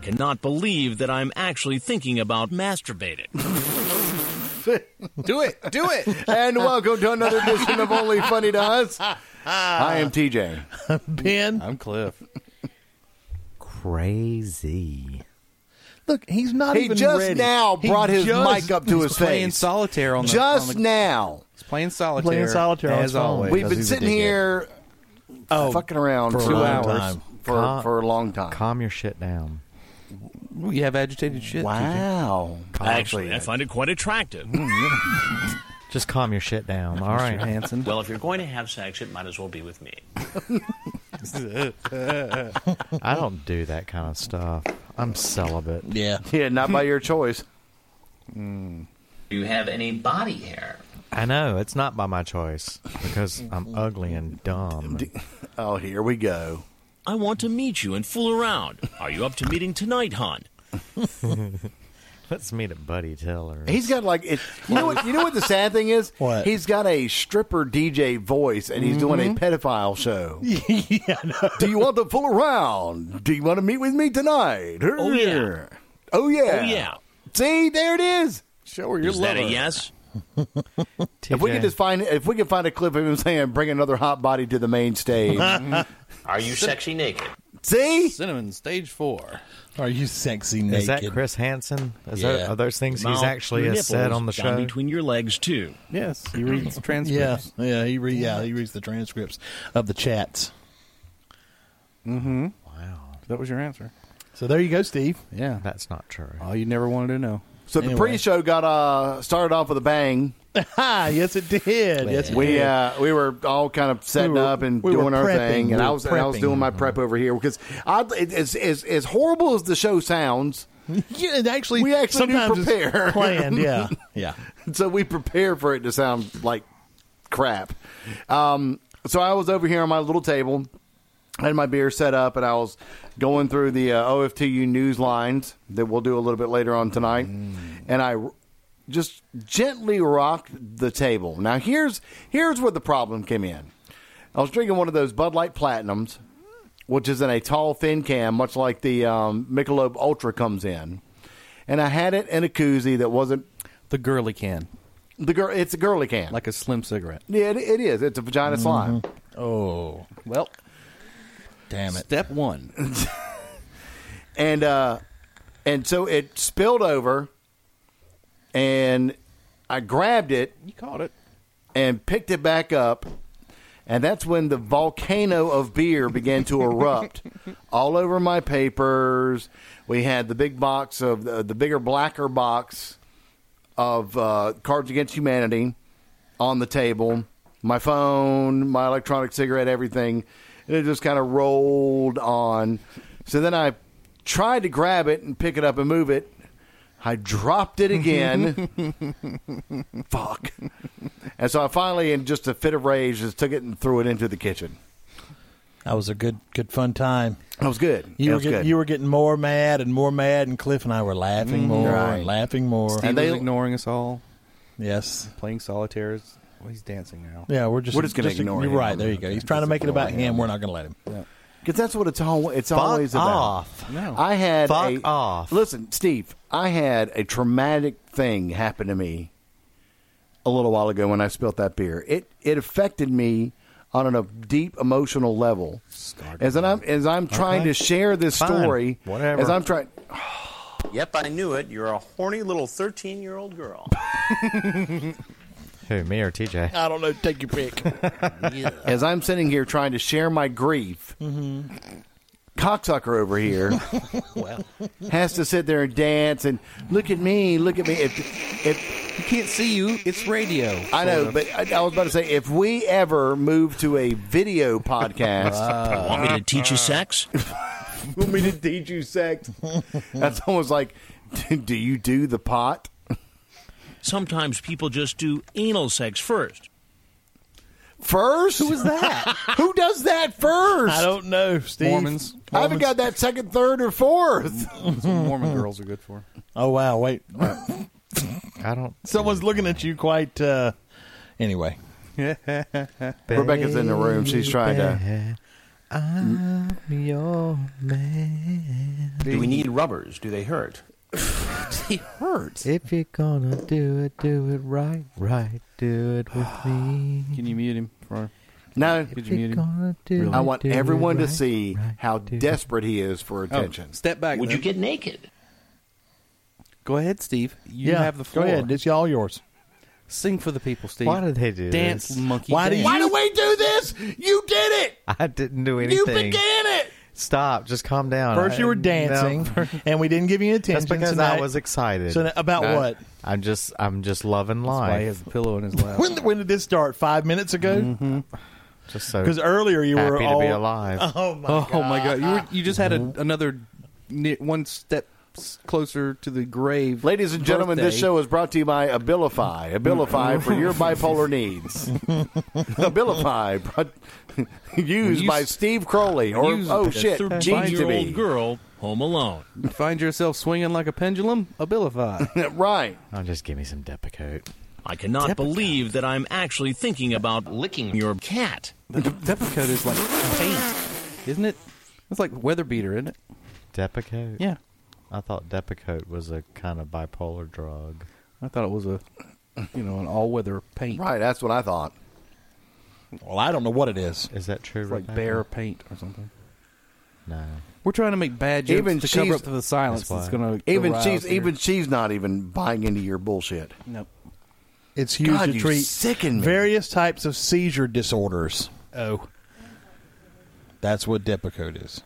cannot believe that I'm actually thinking about masturbating. do it. Do it. and welcome to another edition of Only Funny to Us. I am TJ. Ben, I'm Cliff. Crazy. look, he's not He even just ready. now He brought his just- mic up to He's his playing face. solitaire on the Just on the, now. he's playing solitaire. Playing solitaire on as his phone. always. We've Because been he's a sitting here dickhead. fucking around for a two long hours time. For, Con- for a long time. Calm your shit down. we have agitated shit. TJ. wow. Actually, I find it quite attractive. Just calm your shit down. All right, Hanson. Well, if you're going to have sex, it might as well be with me. I don't do that kind of stuff. I'm celibate. Yeah. Yeah, not by your choice. Do you have any body hair? I know it's not by my choice because I'm ugly and dumb. Oh, here we go. I want to meet you and fool around. Are you up to meeting tonight, hon? Let's meet at Buddy Teller. He's got like it. You know what? You know what the sad thing is? What? He's got a stripper DJ voice, and he's doing a pedophile show. Do you want to fool around? Do you want to meet with me tonight? Oh yeah. Oh yeah. Oh, yeah. See, there it is. Show her your Is that lover. a yes? If we could just find, if we could find a clip of him saying, "Bring another hot body to the main stage." Are you sexy naked? See, Cinnamon stage four. Are you sexy naked? is that Chris Hansen? Is Yeah. that, are those things he's Mouth, actually your has said nipples, on the down show? between your legs too. Yes, he reads transcripts. Yeah, yeah. He re- yeah he reads the transcripts of the chats. That was your answer. So there you go, Steve. Yeah. That's not true. All you never wanted to know. so the Anyway. pre-show got uh started off with a bang. Ha! Yes, it did. Yes, it We did. uh, we were all kind of setting We were- up and we were doing our prepping. thing, and We I were was and I was prepping. doing my prep over here because I it- as as as horrible as the show sounds, yeah, it actually, we actually do sometimes it's prepare. planned. Yeah, yeah. so we prepare for it to sound like crap. Um, so I was over here on my little table, had my beer set up, and I was going through the uh, OFTU news lines that we'll do a little bit later on tonight, and I r- just gently rocked the table. Now here's here's where the problem came in. I was drinking one of those Bud Light Platinums, which is in a tall, thin can, much like the um, Michelob Ultra comes in. And I had it in a koozie that wasn't The girly can, the girl, it's a girly can. Like like a slim cigarette. yeah, it, it is. It's a vagina slime. Oh, Well, damn it! step one. and uh, and so it spilled over, and I grabbed it You caught it. and picked it back up, and that's when the volcano of beer began to erupt all over my papers. We had the big box of uh, the, the bigger blacker box of uh, Cards Against Humanity on the table, my phone, my electronic cigarette, everything, and it just kind of rolled on. So then I tried to grab it and pick it up and move it. I dropped it again. Fuck. And so I finally, in just a fit of rage, just took it and threw it into the kitchen. That was a good, good fun time. That was good. You It were was getting, good. you were getting more mad and more mad, and Cliff and I were laughing more Right. and laughing more. He And was they- ignoring us all, yes, playing solitaire. Well, he's dancing now. yeah, we're just We're just gonna ignore You're him. right. There you go. He's trying to Just make it ignore about him. him. We're not going to let him. Because that's what it's all. It's Fuck always about. off. No. I had Fuck a, off. Listen, Steve. I had a traumatic thing happen to me a little while ago when I spilt that beer. It it affected me on a deep emotional level. As I'm as I'm trying Okay. to share this Fine. story. Whatever. As I'm trying. Yep, I knew it. You're a horny little 13 year old girl. Who, me or TJ? I don't know. Take your pick. as I'm sitting here trying to share my grief, Mm-hmm. cocksucker over here has to sit there and dance and look at me, look at me. If, if He can't see you. It's radio. I know, but I, I was about to say, if we ever move to a video podcast, Want Uh, me to teach you sex? want me to teach you sex? That's almost like, do you do the pot? Sometimes people just do anal sex first. First, who is that? who does that first? I don't know, Steve. Mormons. I haven't got that second, third, or fourth. That's what Mormon girls are good for. Oh wow! Wait, I don't. someone's looking at you. Quite. uh Anyway, Rebecca's in the room. She's trying to. Your man. Do we need rubbers? Do they hurt? It hurts. If you're gonna do it, do it right, right. Do it with me. Can you mute him? For, No, could you mute him? Gonna do Really? it, I want do it everyone to right, see right, how do it. desperate he is for Oh, attention. step back. Would then. you get naked? Go ahead, Steve. You yeah, have the floor. Go ahead. It's all yours. Sing for the people, Steve. Why did they do dance, this? monkey? Why do dance. Why do we do this? You did it. I didn't do anything. You began it. Stop. Just calm down. First, I- you were no, dancing, and we didn't give you attention. That's because so I now- was excited. So now- about No. what? I'm just, I'm just loving That's why he life. has a pillow in his lap. When, when did this start? Five minutes ago? Just so Because earlier you were happy all to be alive. Oh my oh god! my god! You were, you just had a, another ni- one step s- closer to the grave, Ladies and gentlemen, this birthday. show is brought to you by Abilify. Abilify for your bipolar needs. Abilify, brought, used Used- by Steve Crowley. Or used oh by shit, Gene to Thirteen-year-old girl home alone. Find yourself swinging like a pendulum, abilify. right? Oh, just give me some Depakote. I cannot believe that I'm actually thinking about licking your cat. Depakote is like paint, isn't it? It's like weather beater, isn't it? Depakote? Yeah, I thought Depakote was a kind of bipolar drug. I thought it was a, you know, an all weather paint, Right. That's what I thought. Well, I don't know what it is. Is that true? It's like Rebecca? bear paint or something. No. We're trying to make bad jokes Even to cover she's- up to the silence That's why. that's, going to Even she's even she's not even buying into your bullshit. nope. It's used God, to you treat sicken me. various types of seizure disorders. Oh, that's what Depakote is.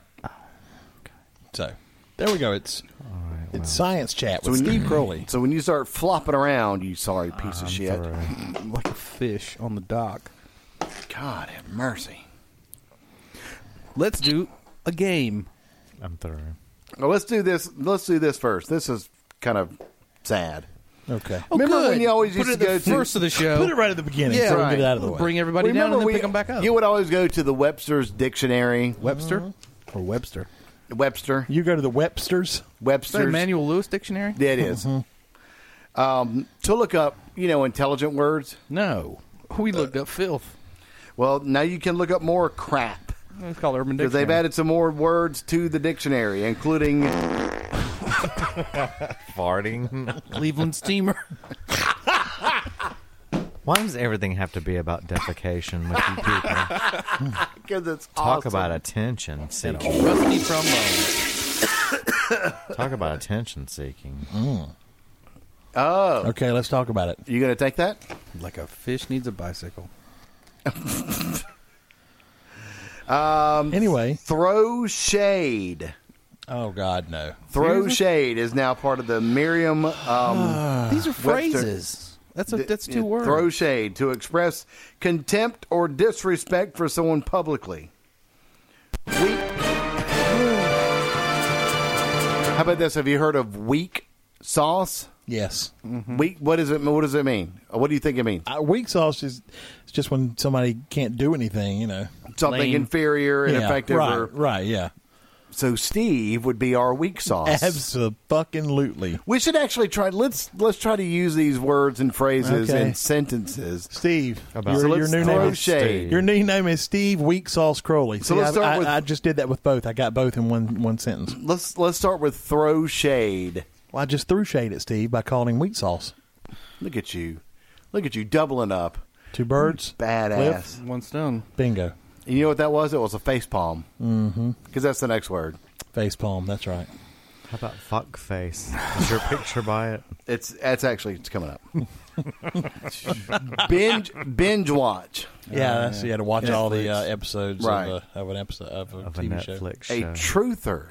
So there we go. It's All right. Well, it's science chat So with when Steve you- Crowley. So when you start flopping around, you sorry piece of Ah, I'm shit. through. like a fish on the dock. God have mercy. Let's do a game. I'm through. Well, let's do this. Let's do this first. This is kind of sad. Okay, Oh, Remember good. when you always Put used it to at the go to- first of the show? put it right at the beginning. Yeah, so we right. get it out of the way. Bring everybody down and then pick them back up. You would always go to the Webster's dictionary. Webster or Webster. Webster. You go to the Webster's. Is that Webster's. Emmanuel Lewis dictionary? Yeah, it is. Mm-hmm. Um, to look up, you know, intelligent words. No, Uh, we looked up filth. Well, now you can look up more crap It's called Urban because Dictionary. they've added some more words to the dictionary, including Farting. Cleveland Steamer. Why does everything have to be about defecation with you people? Talk because it's about attention seeking. Rusty trombone. Talk about attention seeking. Mm-hmm. Okay, let's talk about it. You going to take that? Like a fish needs a bicycle. Um, Anyway, Throw shade. oh God, no. Throw shade is now part of the Merriam. Um, These are Webster- phrases. That's a, th- Oh, that's two words. Throw shade to express contempt or disrespect for someone publicly. Weak. How about this? Have you heard of weak sauce? Yes, Mm-hmm. Weak. What does it? What does it mean? What do you think it means? uh, weak sauce is it's just when somebody can't do anything. You know, Something Lame. inferior, Yeah, ineffective. Right, or- right, yeah. So Steve would be our weak sauce. Absolutely. we should actually try. Let's let's try to use these words and phrases Okay. and sentences. Steve, About- your, So your let's new throw name is shade. Your new name is Steve Weak Sauce Crowley. So See, let's I- start I, with- I just did that with both. I got both in one one sentence. Let's let's start with throw shade. Well, I just threw shade at Steve by calling him Weak Sauce. Look at you, look at you doubling up, Two birds, badass. One stone. bingo, And you know what that was? It was a face palm. Mm-hmm. Because that's the next word. face palm. That's right. How about fuck face? Is your picture by it? It's that's actually it's coming up. binge binge watch Uh, Yeah, that's, you had to watch all the uh, episodes Right. of, a, of an episode of a Of a TV show. Netflix a show. truther,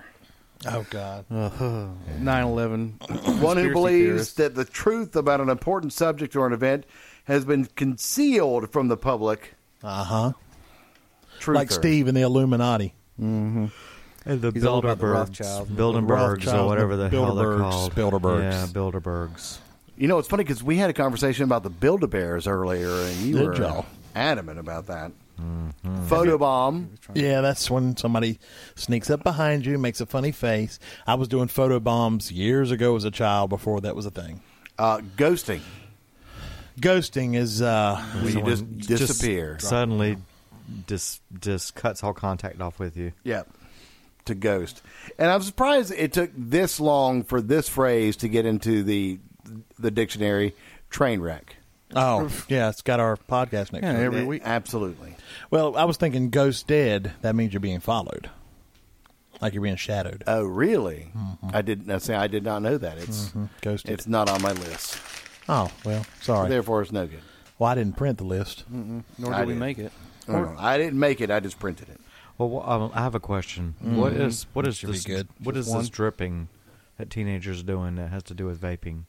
Oh God, 9-11. one who Conspiracy believes theorist. that the truth about an important subject or an event has been concealed from the public. uh huh. Truther. Like Steve and the Illuminati. And the He's all about the Bilderbergs, Rothschilds. Bilderbergs, or Rothschilds, whatever the hell they're Bilderbergs, called. Bilderbergs. Yeah, Bilderbergs. You know, it's funny because we had a conversation about the Build-A-Bears earlier, and you Did were y'all? adamant about that. Photobomb. Yeah, that's when somebody sneaks up behind you, makes a funny face. I was doing photo bombs years ago as a child before that was a thing. Uh, ghosting. Ghosting is uh, When you Someone just disappear. Suddenly, just just cuts all contact off with you. yeah. to ghost. And I'm surprised it took this long for this phrase to get into the the dictionary train wreck. Oh, yeah, it's got our podcast next Yeah, to it. every week. Absolutely. Well, I was thinking ghost dead. That means you're being followed, like you're being shadowed. Oh, really? I didn't say I did not know that. It's Ghosted. it's not on my list. oh well, sorry. Therefore, it's no good. well, I didn't print the list. Nor I do we did. make it. I don't know. Mm. I didn't make it. I just printed it. Well, wha- um, I have a question. What is what is Should be this? good. What is Just one. this dripping that teenagers doing that has to do with vaping?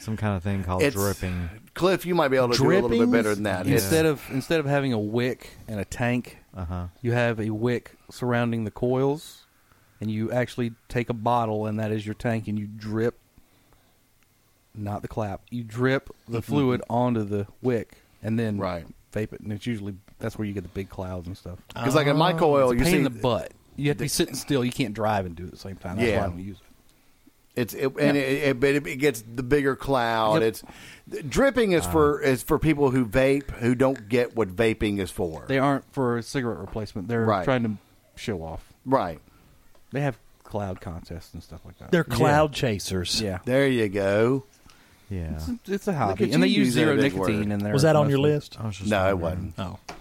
Some kind of thing called It's- Oh, dripping. Cliff, you might be able to do a little bit Drippings? better than that. It's- Instead of instead of having a wick and a tank, Uh Uh-huh. huh. you have a wick surrounding the coils, and you actually take a bottle, and that is your tank, and you drip. Not the clap. You drip the fluid onto the wick, and then Mm-hmm. Right. vape it. And it's usually that's where you get the big clouds and stuff. Ah. Because like in my coil, it's you a pain see in the butt. You have to be sitting still. You can't drive and do it at the same time. That's Yeah. why I don't use it. it's it, and it, it, but it, it gets the bigger cloud. Yep. It's dripping is for is for people who vape who don't get what vaping is for. They aren't for a cigarette replacement. They're Right. trying to show off. right They have cloud contests and stuff like that. They're cloud chasers. yeah. there, you go. Yeah. It's- It's a hobby, at and they you use using zero a big nicotine word. in there. Was that on your mostly. list? I was just No, it wondering. wasn't. Oh,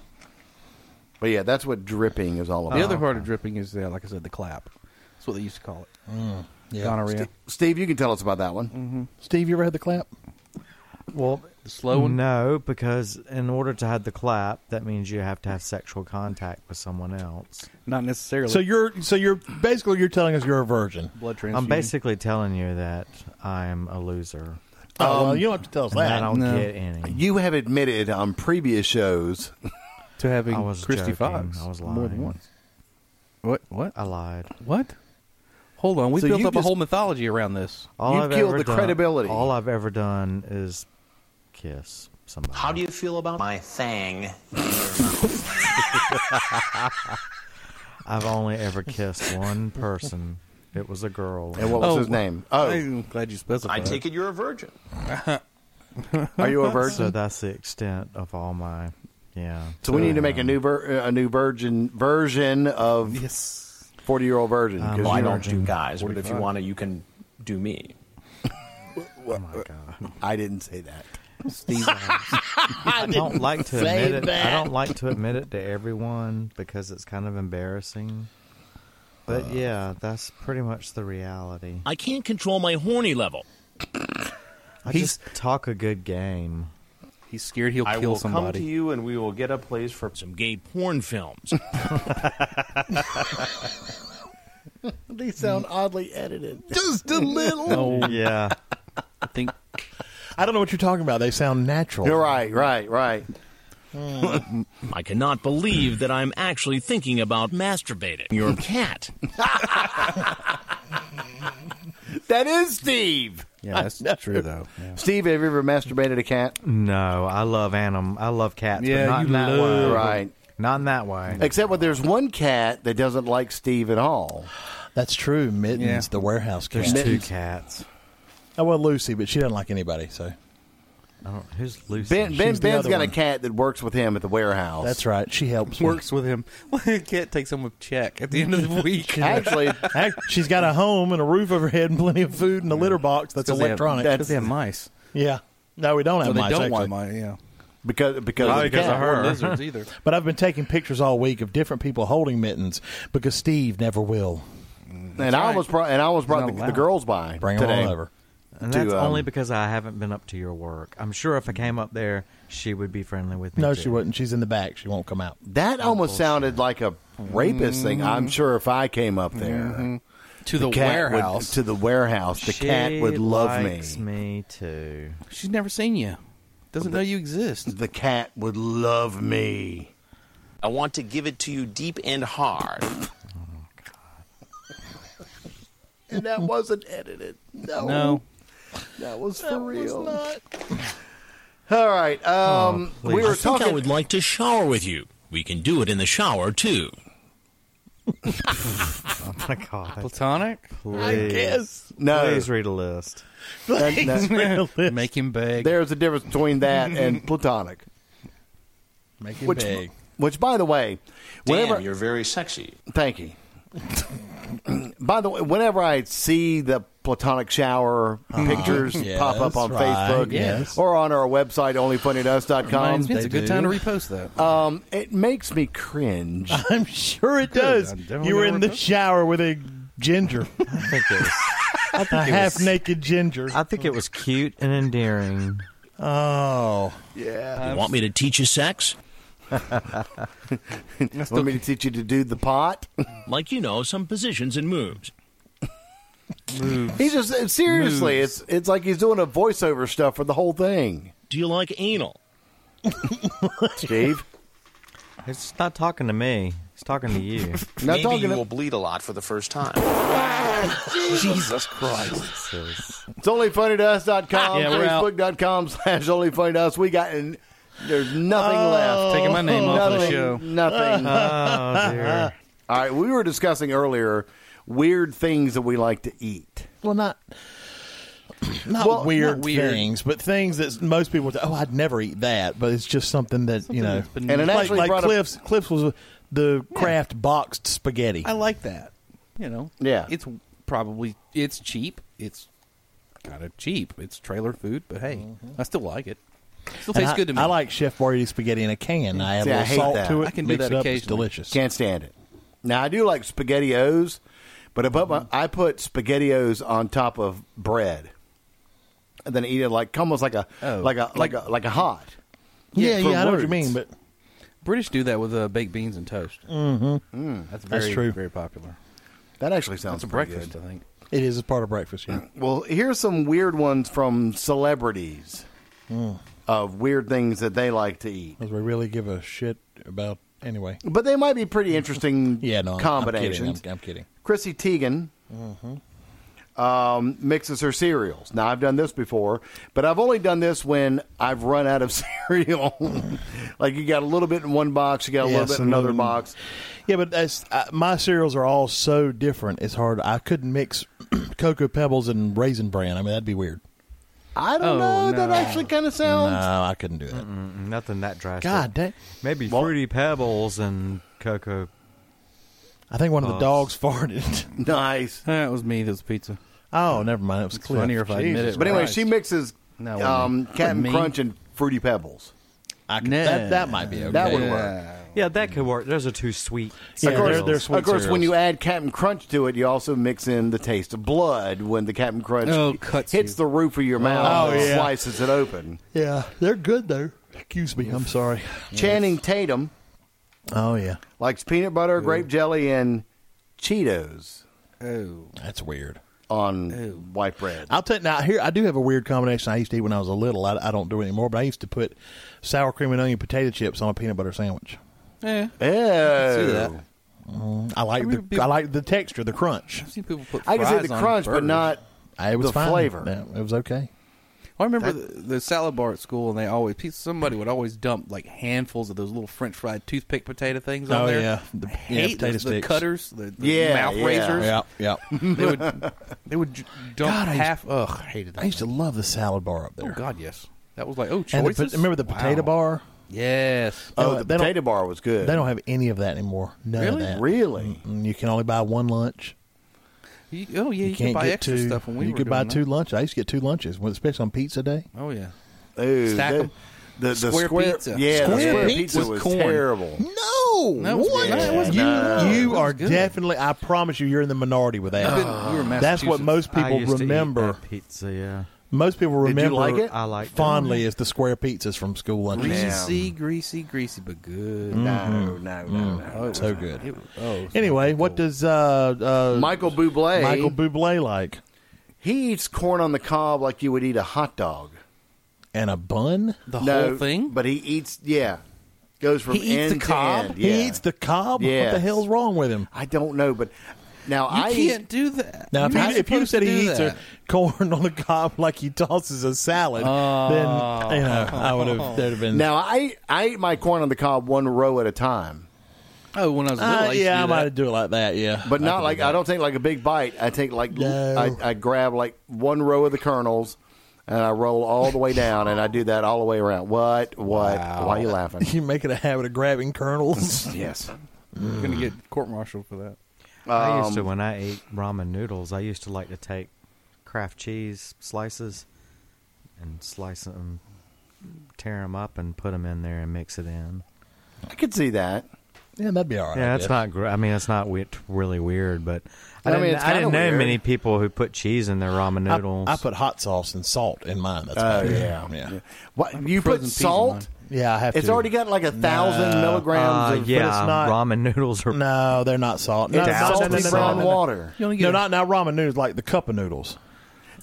But yeah, that's what dripping is all The about. other part of dripping is, uh, like I said, the clap. That's what they used to call it. yeah. Gonorrhea. Steve, you can tell us about that one. Steve, you ever had the clap? Well, The slow one. no, because in order to have the clap, that means you have to have sexual contact with someone else. Not necessarily. So you're so you're basically you're telling us you're a virgin. blood transfusion. I'm basically telling you that I'm a loser. Oh, well, you don't have to tell us And I that. don't no. get any. You have admitted on previous shows to having I was Christy joking. Fox. I was more than lying. once. What? What? I lied. What? Hold on. We So built you up just- a whole mythology around this. All You've I've killed ever the done- credibility. All I've ever done is kiss somebody. How do you feel about my thang? I've only ever kissed one person. It was a girl. and what was Oh, his name? Oh, I'm glad you specified. I take it you're a virgin. are you a virgin? so that's the extent of all my yeah. So we need to make a new ver- a new virgin version of Yes. forty year old virgin. 'cause Um, Well, I you don't don't- do guys, but if you 45. want to, you can do me. Oh my god. I didn't say that. Steve. uh, I don't like to admit it. I don't like to admit it to everyone because it's kind of embarrassing. But yeah, that's pretty much the reality. I can't control my horny level. I He's- just talk a good game. He's scared he'll I kill will come somebody. to you, and we will get a place for Some gay porn films. They sound oddly edited. Just a little. Oh, Yeah. I think I don't know what you're talking about. They sound natural. You're right, right, right. I cannot believe that I'm actually thinking about masturbating. Your cat. That is Steve. yeah, that's true though. Yeah. Steve, have you ever masturbated a cat? No, I love anim. I love cats. Yeah, but not you in that love- way. Right. Not in that way. Except when there's one cat that doesn't like Steve at all. That's true. Mittens, Yeah. the warehouse cat. There's two cats. Oh well, Lucy, but she doesn't like anybody. So I don't, who's Lucy? Ben, ben She's the Ben's other got a one. cat that works with him at the warehouse. that's right. She helps. me. Works with him. Well, he can't take someone with check at the end of the week. Actually, Heck, She's got a home and a roof over her head and plenty of food and a litter box that's electronic. Because they have mice. yeah. No, we don't have No, they mice. don't actually. want mice. Yeah. because because, of, the because cat. of her. Or lizards either. But I've been taking pictures all week of different people holding mittens because Steve never will. and I almost brought and I almost brought not the, the allowed. girls by Bring them today. all over. And to, that's only um, because I haven't been up to your work. I'm sure if I came up there, she would be friendly with me. No, too. she wouldn't. She's in the back. She won't come out. That almost sounded like a rapist thing. I'm sure if I came up there. To the, cat would- warehouse. to the warehouse. The cat would love me. likes me too. She's never seen you. Doesn't know you exist. The cat would love me. I want to give it to you deep and hard. And that wasn't edited. No, No. that was for real. All right. Um, we please. were I think I talking. would like to shower with you. We can do it in the shower too. Oh my god! Platonic? Please, no, please read a list. that- that- Make him beg. there's a difference between that and platonic. Make it Which, big. which, by the way, Damn, whenever you're very sexy. thank you. By the way, whenever I see the platonic shower pictures yes, pop up on right, Facebook yes. or on our website, onlyfunnydoes.com, It's a they good do. Uh, time to repost that. um, it makes me cringe. I'm sure it does. I'm definitely You were gonna in the remember. shower with a ginger, I think it was, a half naked ginger. I think it was cute and endearing. Oh, You want me to teach you sex? Want me to teach you to do the pot? Like you know, some positions and moves. He's just uh, seriously, it's it's like he's doing a voiceover stuff for the whole thing. Do you like anal? Steve, It's not talking to me. It's talking to you. not Maybe talking. you to- will bleed a lot for the first time. Jesus Christ. It's onlyfunnytous.com, Yeah, we're out. facebook.com slash onlyfunnytous. We got, n- there's nothing left. Taking my name off of nothing, the show. Nothing. Oh dear. All right, we were discussing earlier weird things that we like to eat. well, not not, Well, weird, not weird. things, but things that most people would say, "Oh, I'd never eat that," but it's just something that you know. But And it like actually like brought up, Cliff's. Cliff's was uh, the craft boxed spaghetti. I like that. you know, Yeah. it's probably it's cheap. It's kind of cheap. It's trailer food, but hey, I still like it. Still Mm-hmm. And tastes I, good to me. I like Chef Boyardee spaghetti in a can. I add See, a I little hate salt that. to it. I can do mix that it up, It's occasionally. delicious. can't stand it. Now, I do like SpaghettiOs, but I put, my, I put SpaghettiOs on top of bread. And then eat it like almost like a Oh. like a like a like a hot. yeah, for yeah, I know what you words. mean, but British do that with uh, baked beans and toast. Mm-hmm. that's very true. Very popular. That actually sounds It's a pretty breakfast, good. I think. it is a part of breakfast. Yeah. Well, here's some weird ones from celebrities Hmm. of weird things that they like to eat. Because we really give a shit about anyway. But they might be pretty interesting Yeah, no, I'm- combinations. I'm kidding. I'm, I'm kidding. Mm-hmm. Chrissy Teigen um, mixes her cereals. Now, I've done this before, but I've only done this when I've run out of cereal. like, you got a little bit in one box, you got a Yes, mm. little bit in and another then- box. Yeah, but that's, uh, my cereals are all so different. It's hard. I couldn't mix Cocoa Pebbles and Raisin Bran. I mean, that'd be weird. I don't know. Oh, That no. actually kind of No, sounds. I couldn't do that. Nothing that drastic. God dang. Maybe Well- fruity pebbles and cocoa. I think one of the Oh. dogs farted. Nice. That was me. That was pizza. oh, never mind. It was It's Cliff. funnier if I admit Jesus. it. But anyway, Christ. she mixes No, um, it wasn't me. Captain Wasn't me. Crunch and Fruity Pebbles. I could, Nah. that, that might be okay. That would Yeah. work. Yeah, that could work. Those are too sweet. Yeah, of course, they're- they're sweet of course when cereals. you add Captain Crunch to it, you also mix in the taste of blood when the Captain Crunch Oh, cuts hits you. the roof of your mouth Oh, and yeah. slices it open. Yeah, they're good though. Excuse me. I'm sorry. Channing Tatum Oh yeah, likes peanut butter, grape jelly, and Cheetos Oh, that's weird. on white bread. I'll tell you now. Here, I do have a weird combination. I used to eat when I was a little. I, I don't do it anymore, but I used to put sour cream and onion potato chips on a peanut butter sandwich. yeah. Ew. that. I like remember the people- I like the texture, the crunch. I've seen people put. I can say fries the on crunch, but burgers. not. I, it was The fine. flavor. Yeah, it was okay. I remember the, the salad bar at school, and they always pe- somebody would always dump like handfuls of those little French fried toothpick potato things on Oh, there. yeah. The- I yeah, hate potato those- the sticks. cutters, the, the Yeah, mouth yeah. razors. Yeah. yeah. They would they would j- dump God, I used- half. ugh, I hated that. I used to love the salad bar up oh there. God, yes, that was like oh and the, choices. pot- remember the potato Wow. bar? Yes. Oh, They the don't- potato bar was good. They don't have any of that anymore. None Really? of that. really. Mm, You can only buy one lunch. You, oh yeah, You, you, can't could buy get extra two. stuff when we you were could buy two doing lunches. I used to get two lunches, when- especially on pizza day. that. Oh yeah. Ooh, Stack the, 'em. the, the Square pizza. Yeah, the Square square pizza Mm. pizza with was corn. terrible. No, That was what? good. That was you good. you That was are good. definitely. I promise you, you're in the minority with that. I've been- we were in That's what Massachusetts. most I people used to eat remember. that pizza. Yeah, Most people Did you remember. like it? I liked it. fondly is the square pizzas from school lunches. Greasy, greasy, greasy, but good. Mm. No, no, no, no. So good. It was- oh, it was Anyway, what does uh, uh, Michael Bublé. Michael Bublé like? He eats corn on the cob like you would eat a hot dog. And a bun? the no, whole thing? But he eats, yeah. Goes from He eats end the cob? to end. yeah. He eats the cob. What the Yes. hell's wrong with him? I don't know, but now you I eat- can't do that. Now, if You're you, not if you supposed said to he do eats that. a corn on the cob like he tosses a salad, Oh. then you know I would have there'd have been. now I I ate my corn on the cob one row at a time, oh, when I was little, Uh, I used yeah, I to do might that. do it like that. Yeah, but could not do like that. I don't take like a big bite. I take like No. I, I grab like one row of the kernels. And I roll all the way down, and I do that all the way around. What? What? Why are you laughing? You make it a habit of grabbing kernels. yes. You're gonna get court martialed for that. I used to when I ate ramen noodles. I used to like to take Kraft cheese slices and slice them, tear them up, and put them in there and mix it in. I could see that. Yeah, that'd be all right. yeah, that's yeah. not. Gr- I mean, it's not we- it's really weird, but I, I mean, didn't, it's I didn't kinda know weird. many people who put cheese in their ramen I- noodles. I, put hot sauce and salt in mine. That's Oh about it. yeah. yeah, yeah. What you put frozen peas in salt? mine. I have. It's to. already got like a thousand No. Ah, milligrams uh, of yeah, not- ramen noodles are. No, they're not salt. No, Not no, salty no, no, salty no, brown no, no. water. You only get No, a- not not ramen noodles like the cup of noodles.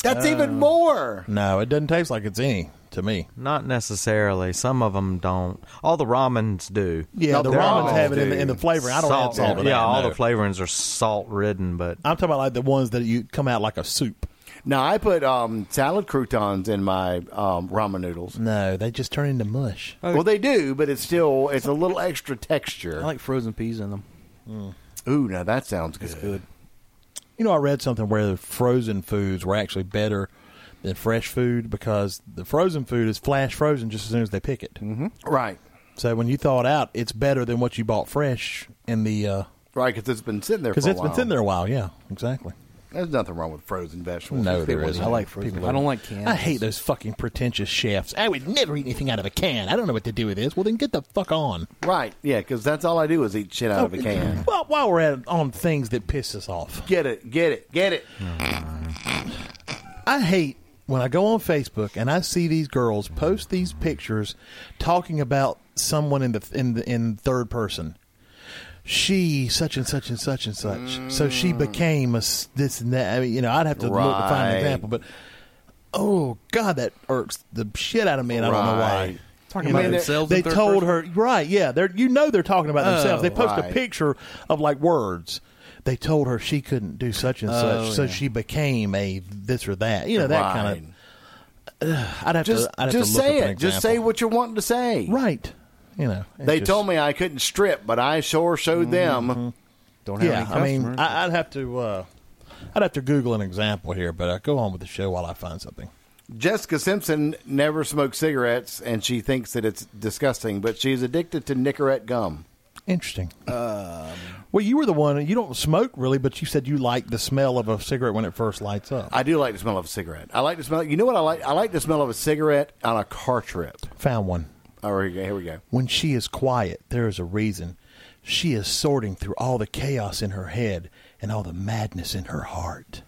That's even more. No, it doesn't taste like it's any to me. Not necessarily. Some of them don't. All the ramens do. Yeah, No, the they're ramens all have it in, do. the- in the flavoring. I don't salt. add salt. to yeah, that, all no. the flavorings are salt ridden, but I'm talking about like the ones that you come out like a soup. Now I put um, salad croutons in my um, ramen noodles. No, they just turn into mush. Well, they do, but it's still it's a little extra texture. I like frozen peas in them. Ooh, now that sounds good. You know, I read something where the frozen foods were actually better than fresh food because the frozen food is flash frozen just as soon as they pick it. Mm-hmm. Right, So when you thaw it out, it's better than what you bought fresh in the right, because it's been sitting there. because for a it's been while. sitting there a while. Yeah, exactly. There's nothing wrong with frozen vegetables. No, Just there people isn't. eat I like them. frozen People I don't eat like cans. I hate those fucking pretentious chefs. I would never eat anything out of a can. I don't know what to do with this. Well, then get the fuck on. them. Right, yeah, because that's all I do is eat shit out Oh, of a can. Well, while we're at it, on things that piss us off, Get it, get it, get it. I hate when I go on Facebook and I see these girls post these pictures talking about someone in the in the, in third person. She such and such and such and such. So she became a s- this and that. I mean, you know, I'd have to look to find an Mm. Right. example, but oh god, that irks the shit out of me, and I don't know why. Right. Talking You about know, they- themselves They in third told person? her right, yeah. They're you know they're talking about themselves. Oh, They post a right. picture of like words. They told her she couldn't do such and such, Oh, so yeah. she became a this or that. You know that kind Right. of. I'd have Just, to. I'd have just to look say up an it. Just example. say what you're wanting to say. right. You know it They just- Mm-hmm. told me I couldn't strip, but I sure showed them. Don't have Yeah, any I mean, customers. I, I'd have to. Uh, I'd have to Google an example here, but uh, go on with the show while I find something. Jessica Simpson never smoked cigarettes, and she thinks that it's disgusting, but she's addicted to Nicorette gum. Interesting. Um, well, you were the one. You don't smoke really, but you said you like the smell of a cigarette when it first lights up. I do like the smell of a cigarette. I like the smell. You know what I like? I like the smell of a cigarette on a car trip. Found one. Oh, here we go. Here we go. When she is quiet, there is a reason. She is sorting through all the chaos in her head and all the madness in her heart.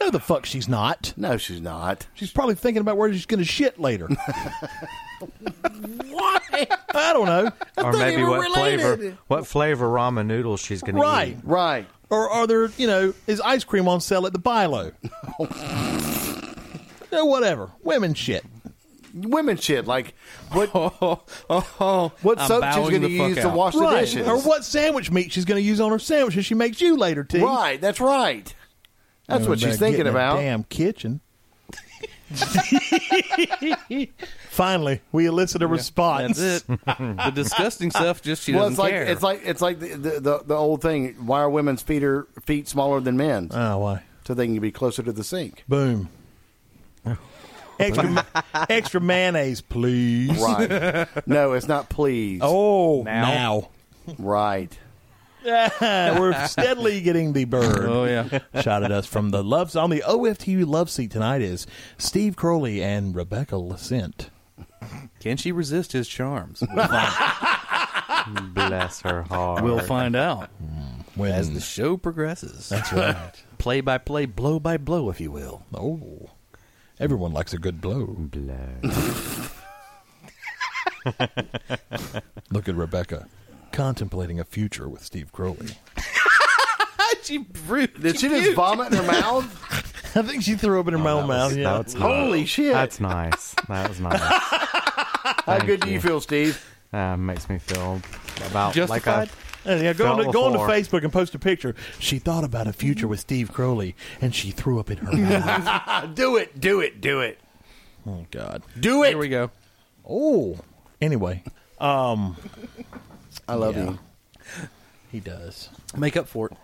No, the fuck, she's not. No, she's not. She's probably thinking about where she's going to shit later. Why? I don't know. or maybe even what related. flavor what flavor ramen noodles she's going to Right. eat. Right. Or are there, you know, is ice cream on sale at the Bilo? no, whatever. Women shit. Women shit. Like what? oh, What I'm soap she's bowing going to the fuck use to out. wash the Right. dishes? Or what sandwich meat she's going to use on her sandwiches she makes you later, T. Right. That's right. That's You what better she's get in thinking Oh, a about. Damn kitchen. Finally, we elicit a response. That's it. the disgusting stuff. Just she Well, doesn't it's like care. it's like it's like the, the, the, the old thing. Why are women's feet are feet smaller than men's? Oh, why? so they can be closer to the sink. Boom. Extra, ma- extra mayonnaise, please. Right. no, it's not. Please. Oh, now. Now. Right. Yeah, we're steadily getting the bird. oh yeah. Shot at us from the love on the OFTU love seat tonight is Steve Crowley and Rebecca Lacent. Can she resist his charms? Bless her heart. we'll find out When as the show progresses. that's right. Play by play, blow by blow, if you will. oh, everyone likes a good blow. Bless. Look at Rebecca contemplating a future with Steve Crowley. she brute. Did she just vomit in her mouth? I think she threw up in her Oh, own mouth. That's- yeah. that's Holy nice. shit. That's nice. That was nice. How How good do you feel, Steve? Uh, makes me feel about Justified? like I Uh, yeah, go on, to, Felt go on to before. Facebook and post a picture. She thought about a future with Steve Crowley, and she threw up in her mouth. Do it. Do it. Do it. oh God. Do it. Here we go. Oh. Anyway, I love you. he does. Make up for it.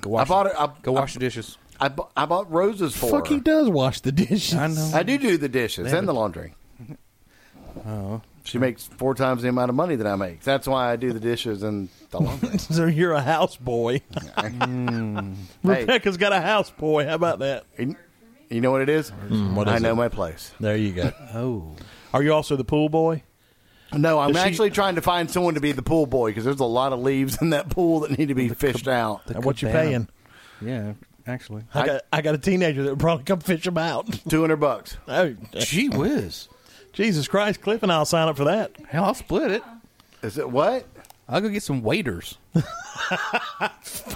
Go I wash. bought it. I, Go wash the dishes. I, bu- I bought roses for Fuck, he her. does wash the dishes. I know. I do do the dishes and the laundry. She makes four times the amount of money that I make. That's why I do the dishes and the laundry. so you're a houseboy. hey, Rebecca's got a houseboy. How about that? you you know what it is? what I is know it? my place. There you go. Oh, Are you also the pool boy? No, I'm Does she- actually trying to find someone to be the pool boy because there's a lot of leaves in that pool that need to be fished out. And what you cabana. paying? yeah. Actually, I, got, I got a teenager that would probably come fish them out. Two hundred bucks. Oh, gee whiz. Jesus Christ, Cliff and I'll sign up for that. Hell, I'll split it. Is it what? I'll go get some waiters. I'll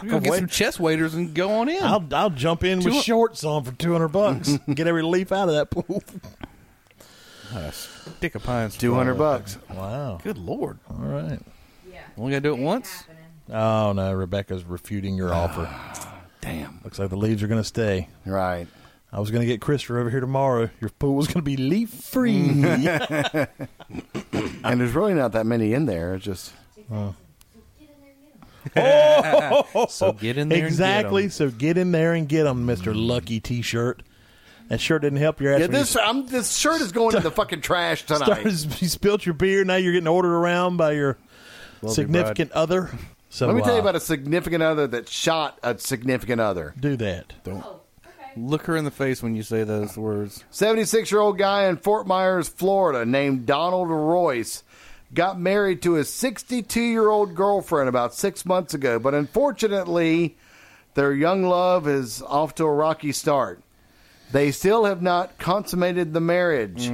go get some chest waiters and go on in. I'll I'll jump in with Two- shorts on for two hundred bucks. and get every leaf out of that pool. Dick a pine. Two hundred bucks. Wow. Good lord. All right. Yeah. Only gotta do it It's once? happening. Oh no, Rebecca's refuting your offer. Damn. Looks like the leaves are going to stay. Right. I was going to get Christopher over here tomorrow. Your pool was going to be leaf free. And there's really not that many in there. It's just So get in there. exactly. And So get in there and get them, Mister Lucky T-shirt. That shirt didn't help your ass. yeah. when you This I'm, this shirt is going in the fucking trash tonight. started, you spilt your beer. Now you're getting ordered around by your significant other. So Let me tell you uh, about a significant other that shot a significant other. do that. Oh, okay. Look her in the face when you say those words. 76 year old guy in Fort Myers, Florida, named Donald Royce, got married to his 62 year old girlfriend about six months ago. But unfortunately, their young love is off to a rocky start. They still have not consummated the marriage.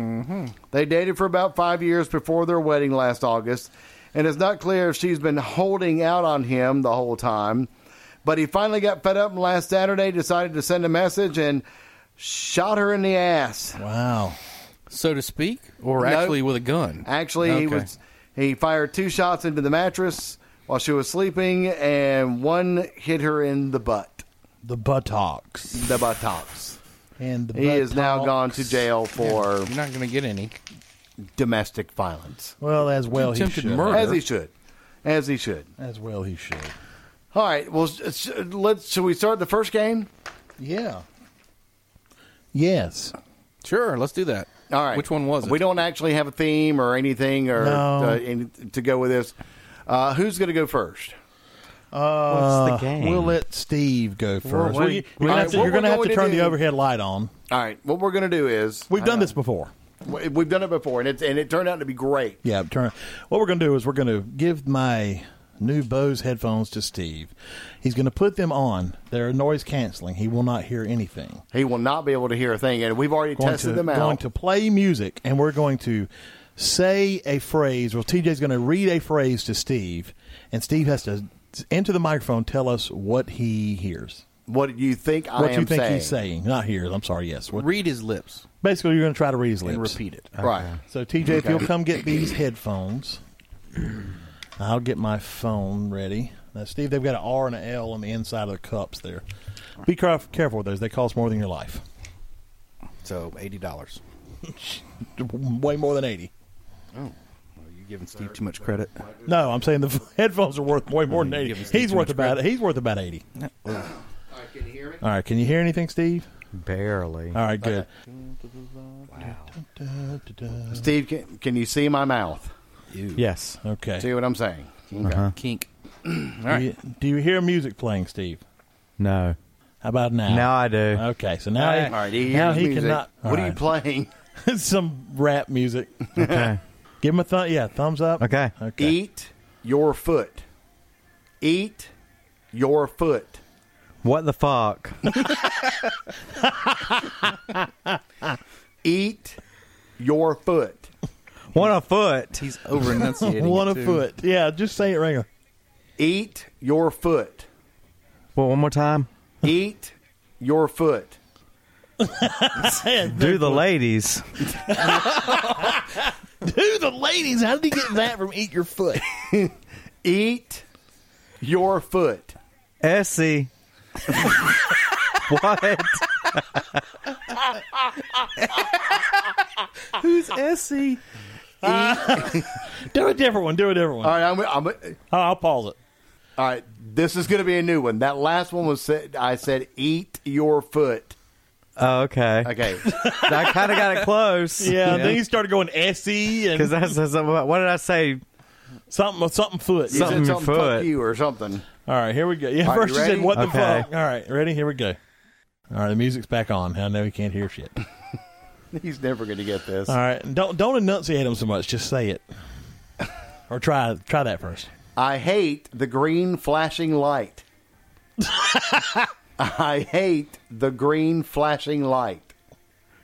They dated for about five years before their wedding last August, and it's not clear if she's been holding out on him the whole time. But he finally got fed up and last Saturday decided to send a message and shot her in the ass. Wow. So to speak? Or No. actually with a gun? Actually, he Okay. was he fired two shots into the mattress while she was sleeping, and one hit her in the butt, The buttocks the buttocks. and the He is now buttocks. gone to jail for You're not gonna get any. domestic violence, Well, as well he Attempted should. murder. as he should, as he should. As well he should. All right, well, sh- let's. Should we start the first game? Yeah. Yes. Sure, let's do that. All right, Which one was it? We don't actually have a theme or anything or No. uh, any, to go with this. Uh, who's going to go first? What's the Uh, game? we'll let Steve go first. what- We- we're gonna all have right, to- what you're going to we're have going to to turn do- the overhead light on. All right, what we're going to do is uh, We've done this before. we- we've done it before, and it and it turned out to be great. Yeah, turn. What we're going to do is we're going to give my new Bose headphones to Steve. He's going to put them on. They're noise canceling. He will not hear anything. He will not be able to hear a thing, and we've already Going tested to, them Going out. to play music, and we're going to say a phrase. Well, TJ's going to read a phrase to Steve, and Steve has to into the microphone tell us what he hears. what you think I What am you think saying? he's saying? Not hears. I'm sorry. Yes. What, Read his lips basically, you're going to try to read his lips. and repeat it. Right. So TJ, if you'll come get these headphones, I'll get my phone ready. Now, Steve, they've got an R and an L on the inside of the cups there. Be caref- careful with those; they cost more than your life. So eighty dollars. Way more than eighty. You're giving Steve too much credit. No, I'm saying the f- headphones are worth way more than eighty. Mm, give us too He's worth much about he's worth about eighty. All right, can you hear me? All right, can you hear anything, Steve? Barely. All right, good. Steve, can, can you see my mouth? Yes. Okay. See what I'm saying? Okay. Kink. Do you, do you hear music playing, Steve? No. How about now? Now I do. Okay, so now All right. he, He now hears he music. cannot. What are all you playing? right. Some rap music. Okay. Give him a thumb. Yeah, thumbs up. Okay. E. Okay. Eat your foot. Eat your foot. What the fuck? Eat your foot. What a foot. He's over enunciating. One it, a too. foot. Yeah, just say it, Ringo. Eat your foot. Well, one more time. Eat your foot. Do the ladies. Dude, the ladies, how did he get that from eat your foot? Eat your foot. Essie. E. what? Who's E? Essie? do a different one. Do a different one. All right. I'm, I'm, all Oh, I'll pause it. right. This is going to be a new one. That last one was said. I said, "Eat your foot." Oh, okay. Okay. I kind of got it close. Yeah, then he started going se and Because that's, that's what did I say? something something foot. You said Something fuck foot. you or something. All right, here we go. Yeah, All right, first you you said ready? what the Okay. fuck. All right, ready? Here we go. All right, the music's back on. I know he can't hear shit. He's never going to get this. All right, don't don't enunciate him so much. Just say it, or try try that first. I hate the green flashing light. I hate the green flashing light.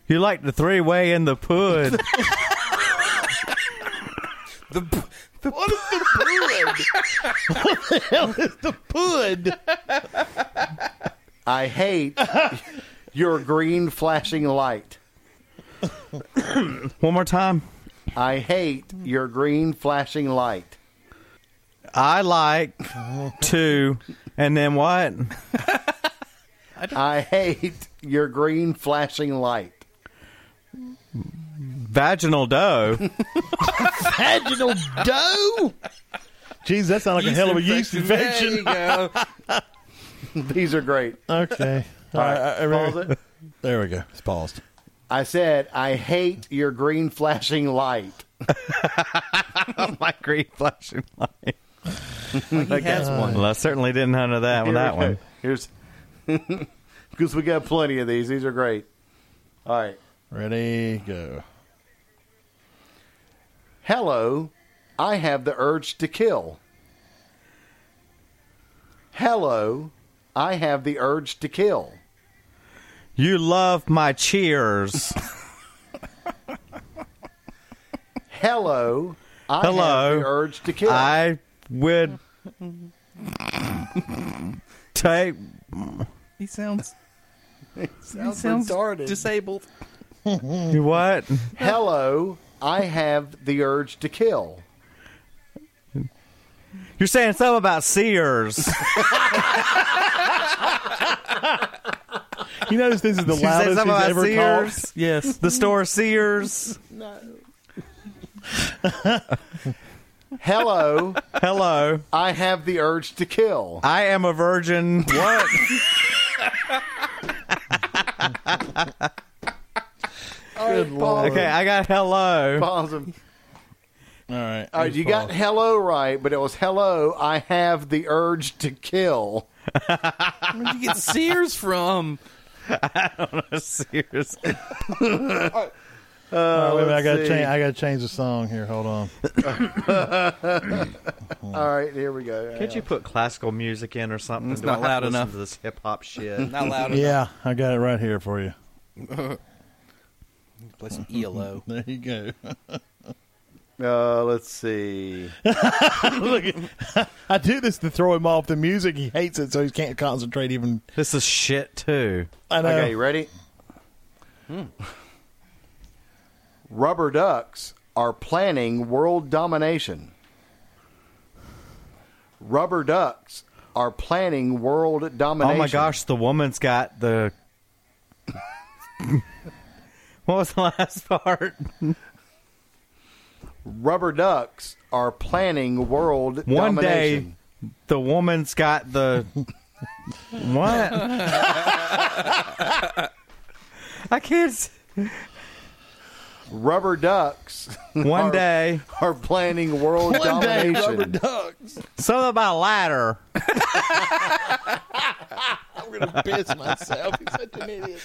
You like the three way in the pud. Pud. I hate your green flashing light. One more time. I hate your green flashing light. I like two, and then what? I hate your green flashing light. Vaginal dough. Vaginal dough. Jeez, that sounds like a hell of a yeast infection. There you go. These are great. Okay. All right, all right, Pause it. there we go. It's paused. I said, I hate your green flashing light. Oh, My green flashing light. he has one. Well, I certainly didn't under that with Here that we go. one. Here's because we got plenty of these. These are great. All right. Ready, go. Hello, I have the urge to kill. Hello, I have the urge to kill. You love my cheers. Hello, I Hello, have the urge to kill. I would take. He sounds. Sounds he sounds retarded. disabled. You what? Hello, I have the urge to kill. You're saying something about Sears. You notice this is the You said loudest something he's about ever Sears. talked. Yes. The store Sears. Hello, Hello. I have the urge to kill. I am a virgin. What? Good lord. okay, I got hello. Pause 'em. All right. All right, you got hello right, but it was hello, I have the urge to kill. Where'd you get Sears from? Sears. Oh, wait a minute, I let's got to see. change. I got to change the song here. Hold on. All right, here we go. Hmm. Could you put classical music in or something? It's Do not I have to loud listen enough. to this hip hop shit. Not loud enough. Yeah, I got it right here for you. Play some ELO. There you go. Uh, let's see. Look, at- I do this to throw him off the music. He hates it, so he can't concentrate. Even this is shit too. I know. Okay, you ready? Hmm. Rubber ducks are planning world domination. Rubber ducks are planning world domination. Oh my gosh, the woman's got the. what was the last part? Rubber ducks are planning world One day, domination. the woman's got the. what? I can't. s- Rubber ducks One are, day, are planning world domination. ducks. something about a ladder. I'm gonna piss myself. He's such an idiot.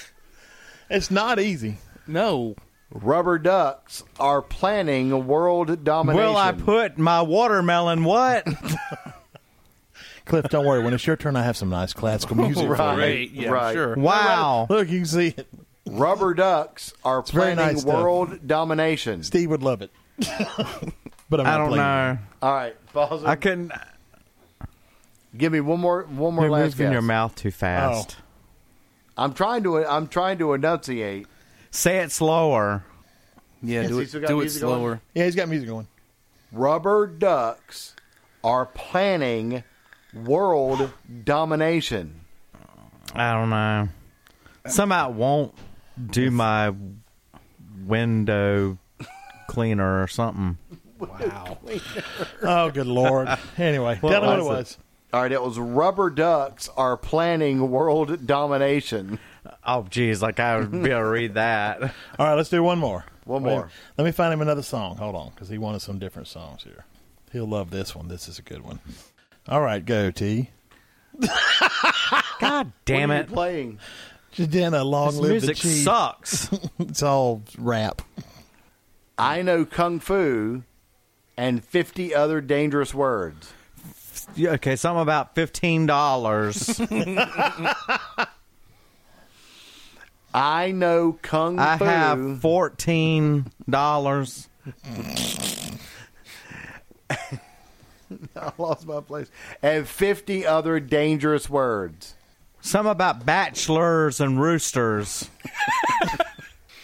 It's not easy. No. Rubber ducks are planning world domination. Will I put my watermelon? What? Cliff, don't worry. When it's your turn, I have some nice classical music. Right. for you. Great. Yeah, Right. sure. Wow. Look, you can see it. Rubber ducks are very planning nice stuff. world domination. Steve would love it. but I'm not I don't playing it. know. All right, pause it. I couldn't. Give me one more, one more You're last moving guess. Oh. your mouth too fast. I'm trying to, I'm trying to enunciate. Say it slower. Yeah, Yes, do he's it, got do it music on. slower. Yeah, he's got music going. Rubber ducks are planning world domination. I don't know. Somehow it won't do my window cleaner or something. Oh, good lord. Anyway, tell him what it was. All right, it was rubber ducks are planning world domination. Oh, geez, like I would be able to read that. All right, let's do one more. One Wait, more. Let me find him another song. Hold on, because he wanted some different songs here. He'll love this one. This is a good one. All right, go T. God damn What are it! you playing? Jadena, long This live music the chief. sucks. It's all rap. I know kung fu and 50 other dangerous words. Yeah, okay, something about fifteen dollars. I know kung I fu. have fourteen dollars. I lost my place. And 50 other dangerous words. Something about bachelors and roosters.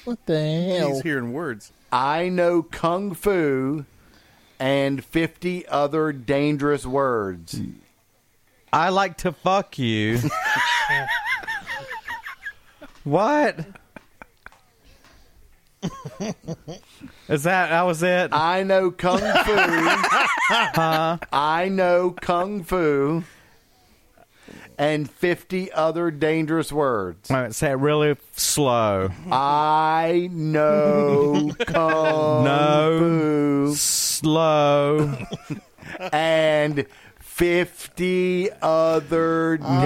What the hell? He's hearing words. I know kung fu and 50 other dangerous words. I like to fuck you. what? Is that that was it? I know kung fu. I know kung fu and 50 other dangerous words. Wait, say it really slow. I know kung No, fu slow. and 50 other dangerous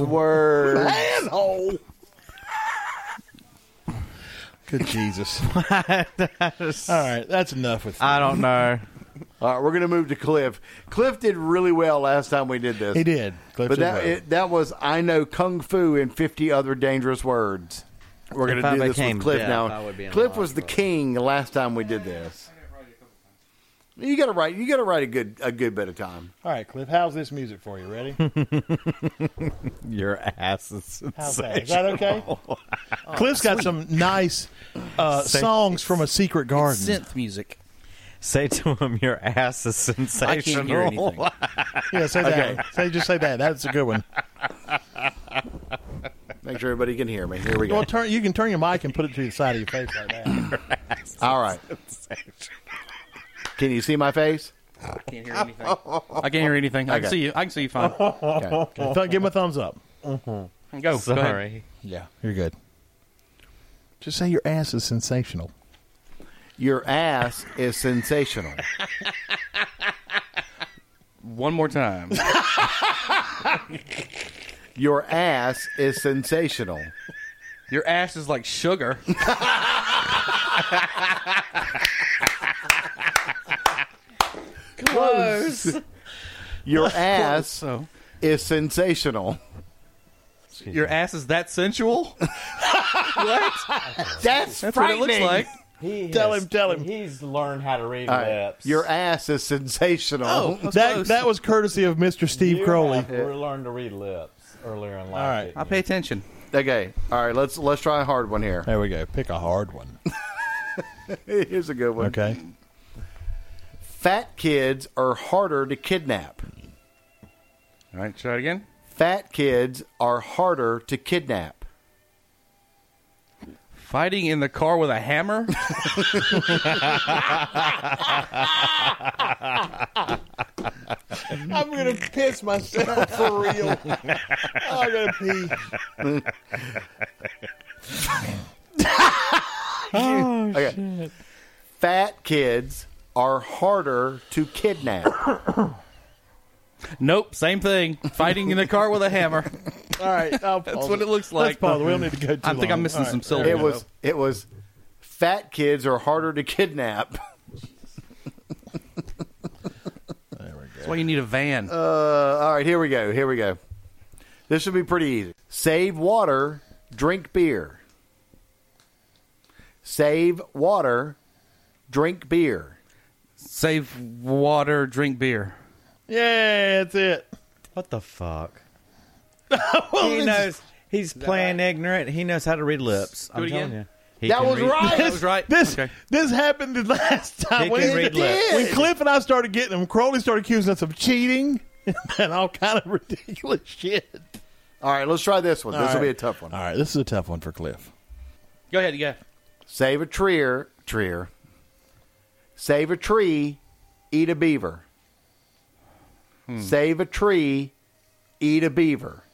Manhole. words. Good Jesus. all right, that's enough with I don't know. All right, we're going to move to Cliff. Cliff did really well last time we did this. He did. Cliff But did that well. it, that was I know kung fu and fifty other dangerous words. We're going If to I do this became with Cliff deaf, I now. would be in a Cliff lot was of the king last time we did this. You got to write. You got to write a good a good bit of time. all right, Cliff, how's this music for you? Ready? Your ass is How's that? Oh, Is that okay? Cliff's got some nice uh, Say- songs from a secret garden. Synth music. Say to him, your ass is sensational. I can't hear anything. Yeah, say that. Say just say that. That's a good one. Make sure everybody can hear me. Here we You, go. want to turn, you can turn your mic and put it to the side of your face like that. All right. Can you see my face? I can't hear anything. I can't hear anything. I Okay. can see you. I can see you fine. Uh-huh. Okay. Th- Give him a thumbs up. Go. Go ahead. Sorry. Yeah, you're good. Just say your ass is sensational. Your ass is sensational. One more time. Your ass is sensational. Your ass is like sugar. Close. Your Oh, ass So is sensational. your ass is that sensual. what? That's, That's what it looks frightening. like. Tell him, tell him. He's learned how to read All right. Your ass is sensational. That, that was courtesy of Mr. Steve Crowley. learned to read lips earlier in life. All right. I pay attention. Okay. All right. Let's let's try a hard one here. There we go. Pick a hard one. Here's a good one. Okay. Fat kids are harder to kidnap. All right, try it again. Fat kids are harder to kidnap. Fighting in the car with a hammer. I'm gonna piss myself for real. I'm gonna pee. Okay. Fat kids are harder to kidnap. nope, same thing. Fighting in the car with a hammer. All right, I'll That's what it looks like. Let's pause. We don't need to go too I think long. I'm missing All right. some syllables. it was it was fat kids are harder to kidnap. There we go. That's why you need a van. Uh, all right, here we go. Here we go. This should be pretty easy. Save water, drink beer. Save water, drink beer. Save water, drink beer. Yeah, that's it. What the fuck? Oh, he knows. He's playing ignorant. He knows how to read lips. it I'm again. telling you. He That can was read- right. That was right. This Okay. this happened the last time He when, can read lips. when Cliff and I started getting them. Crowley started accusing us of cheating and all kind of ridiculous shit. All right, let's try this one. All this will right. be a tough one. All right, this is a tough one for Cliff. Go ahead, yeah. Save a treer, treer. Save a tree, eat a beaver. Hmm. Save a tree, eat a beaver.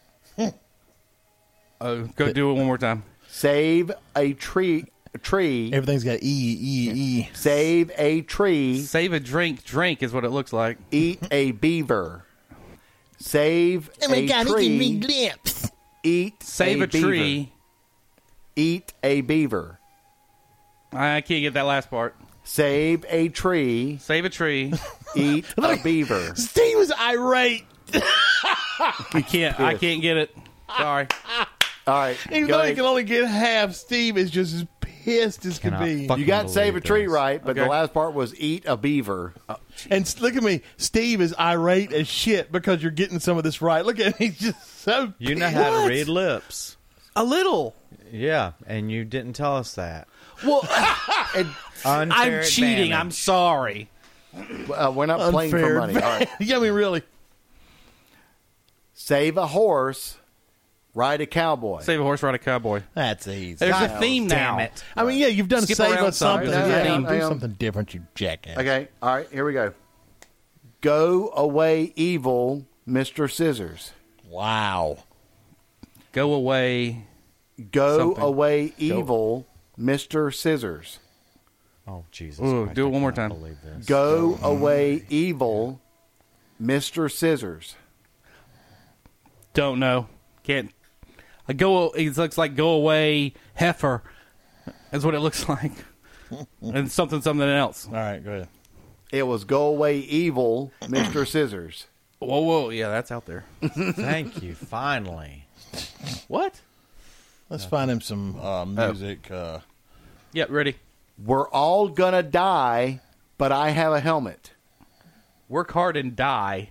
Oh, go do it one more time. Save a tree. Tree. Everything's got e e e. Save a tree. Save a drink. Drink is what it looks like. Eat a beaver. Save Oh a tree. lips. Eat Save a, beaver. tree. Eat a beaver. I can't get that last part. Save a tree. Save a tree. Eat a beaver. Steve was irate. I can't. I can't get it. Sorry. All right. Even go though he ahead. can only get half, Steve is just as pissed as could Cannot be. fucking You got save a believe tree this. right, but the Okay. last part was eat a beaver. And s- look at me, Steve is irate as shit because you're getting some of this right. Look at him, he's just so. You know how to read lips. A little. Yeah, and you didn't tell us that. Well, Unfair I'm cheating. I'm advantage. sorry. Uh, we're not playing for Unfair money. All right. yeah, I mean, really. Save a horse. Ride a cowboy. Save a horse, ride a cowboy. That's easy. There's Styles, a theme now. it. I mean, yeah, you've done Skip save around us some, something. because there's a Yeah, theme. do Yeah. something different, you jackass. um, Okay. All right. Here we go. Go away, evil Mr. Scissors. Wow. Go away. Go Something. away, evil Mr. Scissors. Oh Jesus! Ooh, Christ, do it I one more cannot time. Believe this. Go away, evil Mr. Scissors. Don't know. Can't. I go. It looks like go away heifer. That's what it looks like. and something, something else. All right, go ahead. It was go away, evil Mr. Scissors. Whoa, whoa. Yeah, that's out there. Thank you. Finally, what? Let's find him some uh, music. Uh, Yeah, ready. We're all gonna die, but I have a helmet. Work hard and die.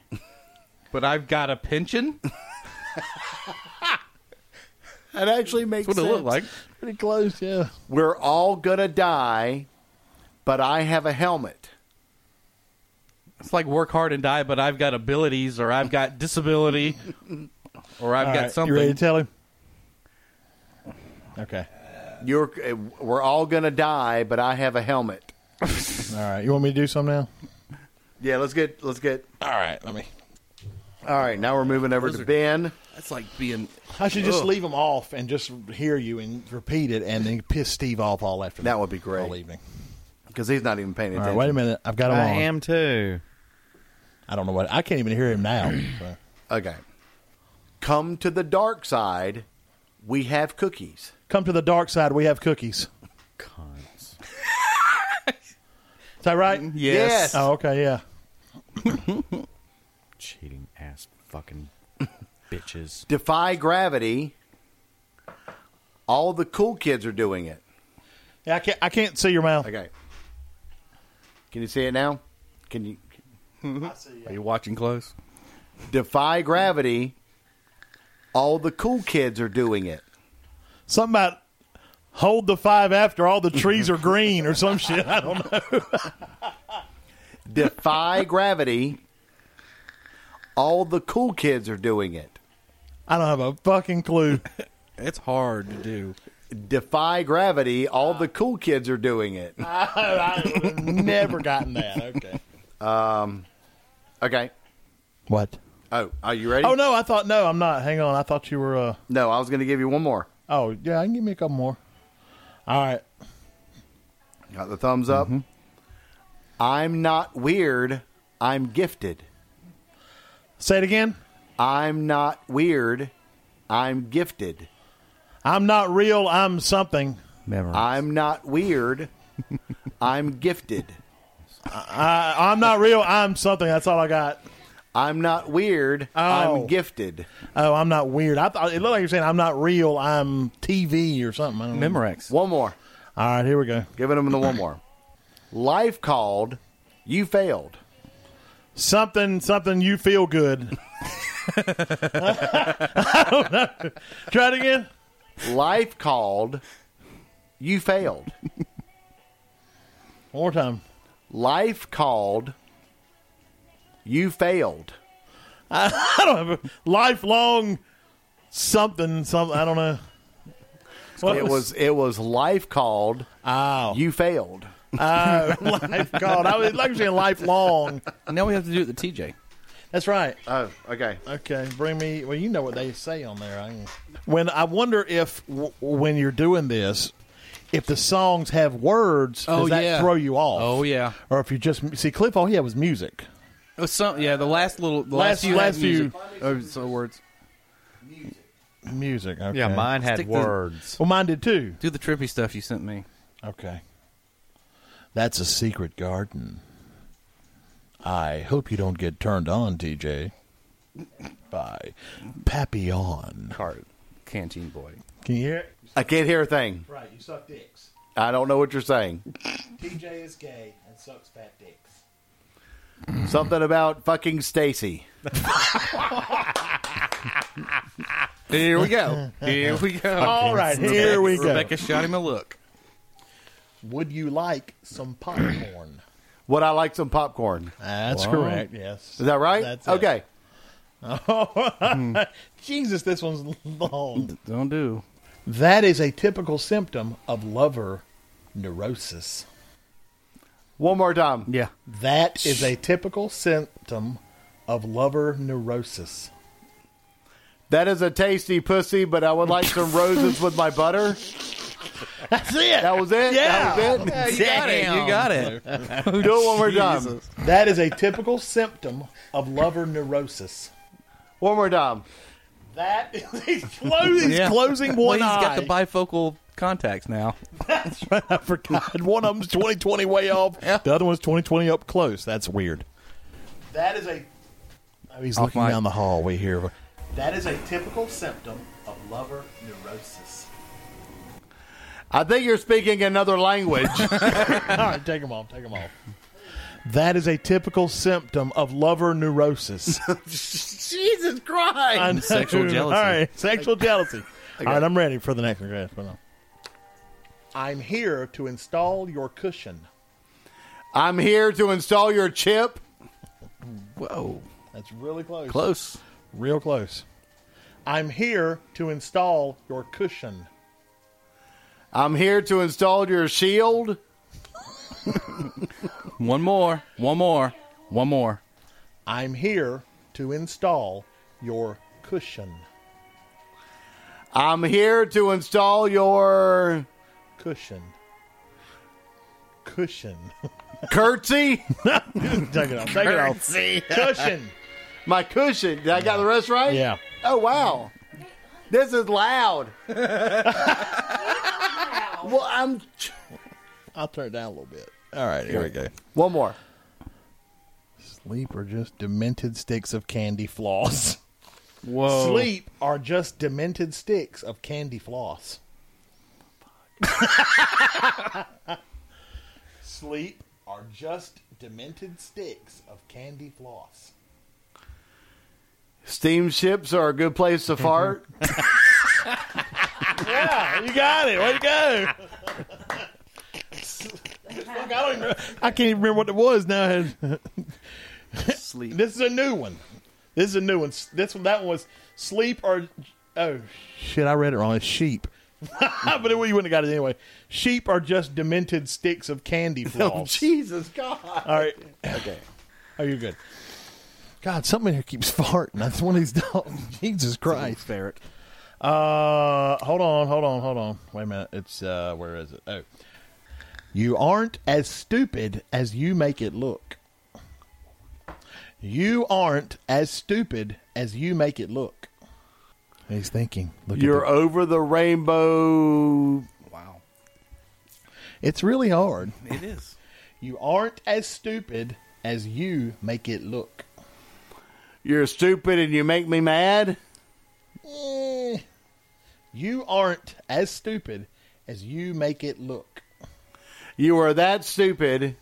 But I've got a pension. That's That actually makes what it sense. looked like. pretty close, yeah. We're all gonna die, but I have a helmet. It's like work hard and die, but I've got abilities, or I've got disability, or I've All got right, something. You ready to tell him? Okay. You're, eh, we're all gonna die, but I have a helmet. All right. You want me to do some now? Yeah, let's get let's get. All right. Let me. All right, now we're moving over Those to are- Ben. That's like being. I should just Ugh. leave them off and just hear you and repeat it, and then piss Steve off all after That would be great. All evening. because he's not even paying All attention. right. Wait a minute. I've got him I on. am too. I don't know what. I can't even hear him now. so. Okay. Come to the dark side. We have cookies. Come to the dark side. We have cookies. Is that right? Yes. Oh, okay. Yeah. Cheating ass fucking bitches. Defy gravity. All the cool kids are doing it. Yeah. I can't. I can't see your mouth. Okay. Can you see it now? Can you Are you watching close? defy gravity? All the cool kids are doing it. Something about hold the five after all the trees are green or some shit. I don't know. Defy gravity. All the cool kids are doing it. I don't have a fucking clue. It's hard to do. Defy gravity. All the cool kids are doing it. Uh, Never gotten that. Okay. Okay. What? Oh, are you ready? Oh no, I thought no, I'm not. Hang on, I thought you were. uh No, I was going to give you one more. Oh yeah, I can give me a couple more. All right. Got the thumbs up. Mm-hmm. I'm not weird. I'm gifted. Say it again. I'm not weird. I'm gifted. I'm not real. I'm something. Memory. I'm not weird. I'm gifted. I, I'm not real. I'm something. That's all I got. I'm not weird. Oh. I'm gifted. Oh, I'm not weird. I thought it looked like you're saying I'm not real. I'm TV or something. I don't know. Memorex. One more. All right, here we go. Giving them the one more. Life called. You failed. Something, something. You feel good. I don't know. Try it again. Life called. You failed. One more time. Life called. You failed. I don't have a lifelong something. Something. I don't know. What It was it was life called. Oh. You failed. Uh, Oh, life called. I was like saying lifelong. Now we have to do it the TJ. That's right. Oh, okay. Okay, bring me. Well, you know what they say on there. I when I wonder if w- when you're doing this, if the songs have words, Oh, does that yeah. throw you off? Oh, yeah. Or if you just see Cliff, all he had was music. Oh, some, yeah, the last little, the last, Last- few, had last few- music. Oh, so words. Music. Okay. Yeah, mine had Stick to- words. Well, mine did too. Do the trippy stuff you sent me. Okay. That's a secret garden. I hope you don't get turned on, TJ. By Papillon. Card, canteen boy. Can you hear it? I can't hear a thing. Right, you suck dicks. I don't know what you're saying. TJ is gay and sucks fat dicks. Something about fucking Stacy. Here we go. Here we go. All right, here we go. Rebecca shot him a look. Would you like some popcorn? Would I like some popcorn? That's correct. Yes. Is that right? That's it. okay. Jesus, this one's long. Don't do. That is a typical symptom of lover neurosis. One more time. Yeah. That is a typical symptom of lover neurosis. That is a tasty pussy, but I would like some roses with my butter. That's it. That was it. That was you got it. You got it. it. Do it one more time. that is a typical symptom of lover neurosis. One more time. That is he's closing, he's Yeah. closing one well, he's got eye. the bifocal contacts now. I forgot. One of them's 2020 way off. The other one's 2020 up close. That's weird. That is a. Oh, he's Off looking mic. down the hall. We hear. That is a typical symptom of lover neurosis. I think you're speaking another language. All right, take them off. Take them off. That is a typical symptom of lover neurosis. Jesus Christ. I know. Sexual jealousy. All right, sexual jealousy. All right, I'm ready for the next one. Go ahead, put it on. I'm here to install your cushion. I'm here to install your chip. Whoa. That's really close. Close. Real close. I'm here to install your cushion. I'm here to install your shield. One more. One more. One more. I'm here to install your cushion. I'm here to install your Cushion. Cushion. curtsy. take it off. Take it off. Cushion. My cushion. Did I got the rest right? Yeah. Oh wow. This is loud. well, I'm I'll turn it down a little bit. All right, here we go. one more. Sleep are just demented sticks of candy floss. Whoa. Sleep are just demented sticks of candy floss. Sleep are just demented sticks of candy floss. Steamships are a good place to fart. Yeah, you got it. Way to go. Look, I, don't even, I can't even remember what it was now. Sleep. This is a new one. This is a new one. This one, that one was sleep or oh shit, I read it wrong. It's sheep, but it, you wouldn't have got it anyway. Sheep are just demented sticks of candy floss. Jesus God. All right, okay. Oh, you're good. God, something in here keeps farting. That's one of these dogs. Jesus Christ. Ferret. Uh, hold on, hold on, hold on. Wait a minute. It's uh, where is it? Oh, you aren't as stupid as you make it look. You aren't as stupid as you make it look. He's thinking. Look You're at over the rainbow. Wow. the, it's really hard. It is. You aren't as stupid as you make it look. You're stupid and you make me mad. Eh. You aren't as stupid as you make it look. You are that stupid.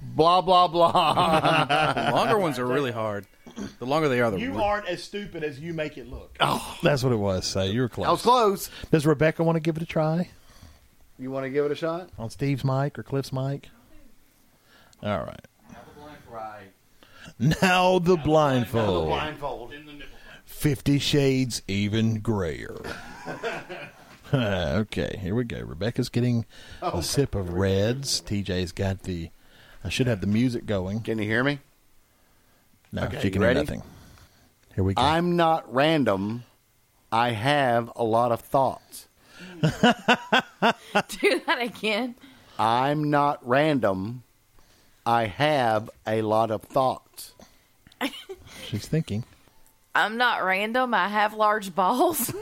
blah blah blah. The longer ones are really hard. The longer they are, the You wor- aren't as stupid as you make it look. Oh, that's what it was. So you were I was close. close. Does Rebecca want to give it a try You want to give it a shot? on Steve's mic or Cliff's mic? All right. Now the blindfold. Blindfold. Fifty Shades Even Grayer. okay, here we go. Rebecca's getting Oh, a sip of reds. TJ's got the. I should have the music going. Can you hear me? No, Okay, she can you ready? do nothing. Here we go. I'm not random. I have a lot of thoughts. Do that again. I'm not random. I have a lot of thoughts. She's thinking. I'm not random. I have large balls.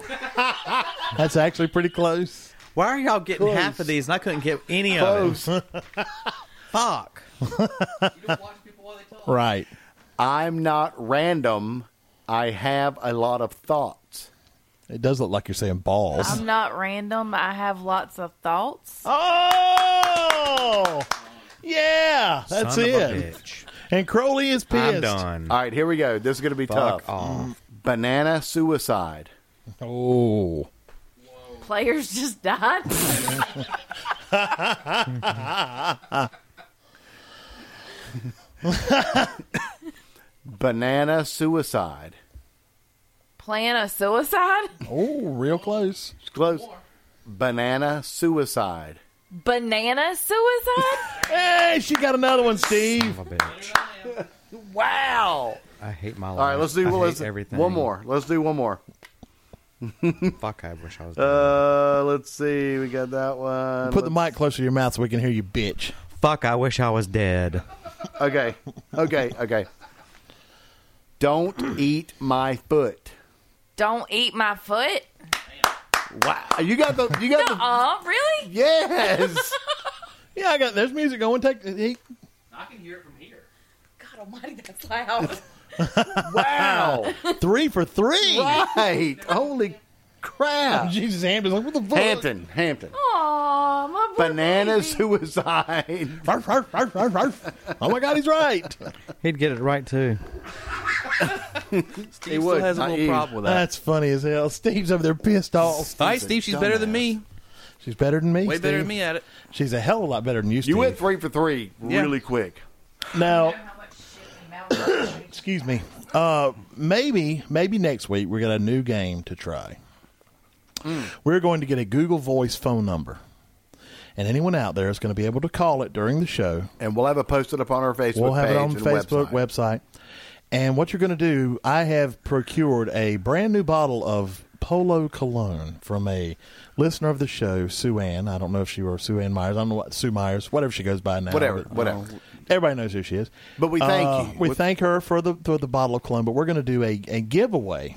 That's actually pretty close. Why are y'all getting half of these and I couldn't get any of them? Fuck. Right. I'm not random. I have a lot of thoughts. It does look like you're saying balls. I'm not random. I have lots of thoughts. oh, yeah, that's Son of a it. bitch. And Crowley is pissed. I'm done. All right, here we go. This is going to be Fuck tough. off. Banana suicide. Oh, Players just died. Banana suicide. Plan a suicide. oh, real close. It's close. Banana suicide. Banana suicide. Hey, she got another one, Steve. I'm a bitch. Wow. I hate my life. All right, let's do I hate let's, everything. one more. Let's do one more. Fuck, I wish I was. Uh, let's see. We got that one. Put the mic closer to your mouth so we can hear you, bitch. Fuck, I wish I was dead. Okay. Okay. Okay. Don't eat my foot. Don't eat my foot. Wow. Uh, You got the. You got the. Uh, really? Yes. Yeah, I got. There's music going. Take. He, God Almighty, that's loud. Wow. three for three. right. Holy crap. Jesus, Hampton's like, what the fuck? Hampton. Hampton. Oh, Aw, my poor Banana baby. suicide. Ruff, ruff, ruff, ruff, ruff. Oh my God, he's right. He'd get it right too. Steve still would. has a I- little he- problem with that. That's funny as hell. Steve's over there pissed off. All right, Steve, she's better than me. She's better than me. Way better than Steve. me at it. She's a hell of a lot better than you. Steve. You went three for three Yeah. really quick. now. excuse me. Uh, maybe maybe next week we got a new game to try. We're going to get a Google Voice phone number, and anyone out there is going to be able to call it during the show. And we'll have it posted up on our Facebook we'll have page it on and Facebook website. website. And what you're going to do, I have procured a brand new bottle of Polo Cologne from a listener of the show, Sue Ann. I don't know if she were Sue Ann Myers. I don't know what Sue Myers, whatever she goes by now. Whatever, but- uh, whatever. Everybody knows who she is. Uh, But we thank you. We What- thank her for the for the bottle of cologne. But we're going to do a, a giveaway.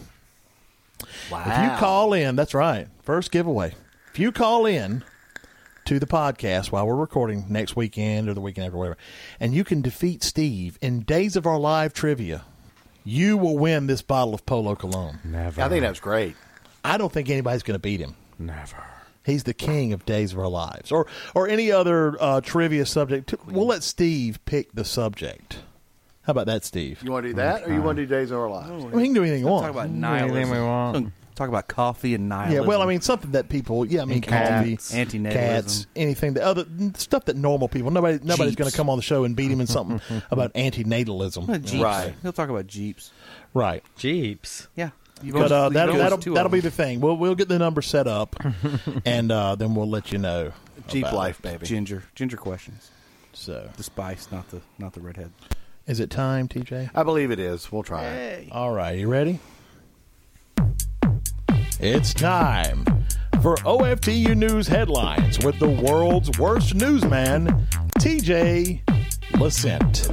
Wow. If you call in, that's right. First giveaway. If you call in to the podcast while we're recording next weekend or the weekend after, whatever, and you can defeat Steve in Days of Our Live trivia, you will win this bottle of Polo Cologne. Never. I think that's great. I don't think anybody's going to beat him. never. He's the king of Days of Our Lives, or or any other uh, trivia subject. We'll let Steve pick the subject. How about that, Steve? You want to do that, or you want to do Days of Our Lives? I mean, he can do anything he wants. Talk about Anything we nihilism. want. Talk about coffee and nihilism. Yeah, well, I mean, something that people, yeah, I mean, And coffee, cats. Anti-natalism. cats, anything, the other stuff that normal people, nobody, nobody's going to come on the show and beat him in something about antinatalism, Jeeps. Right. He'll talk about Jeeps. right? Jeeps. Yeah. You've But uh, only- that, you've only that'll two that'll, of be them. the thing. We'll we'll get the number set up, and uh, then we'll let you know. Jeep about it. life, baby. ginger ginger questions. So, The spice, not the not the redhead. is it time, TJ? I believe it is. We'll try it. All right, you ready? It's time for OFTU News headlines with the world's worst newsman, TJ Lissent.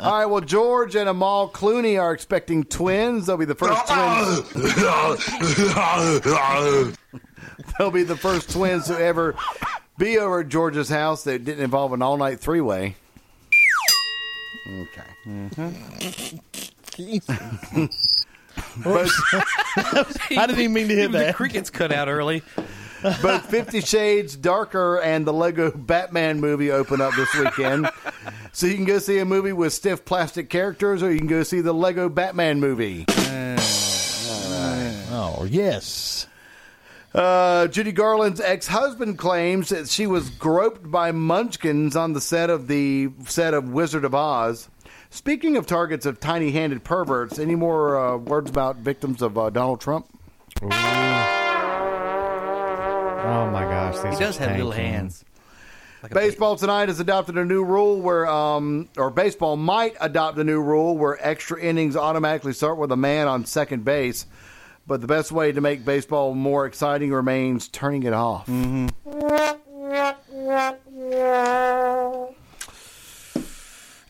All right. Well, George and Amal Clooney are expecting twins. They'll be the first twins. They'll be the first twins to ever be over at George's house that didn't involve an all-night three-way. Okay. But, I didn't even mean to hit Even the that. crickets cut out early. but Fifty Shades Darker and the Lego Batman movie open up this weekend. So you can go see a movie with stiff plastic characters, or you can go see the Lego Batman movie. Oh, yes. Uh, Judy Garland's ex husband claims that she was groped by munchkins on the set of the set of Wizard of Oz. Speaking of targets of tiny handed perverts, any more uh, words about victims of uh, Donald Trump? Oh my gosh, these Oh He does have little hands. baseball tonight has adopted a new rule where, um, or baseball might adopt a new rule where extra innings automatically start with a man on second base. But the best way to make baseball more exciting remains turning it off.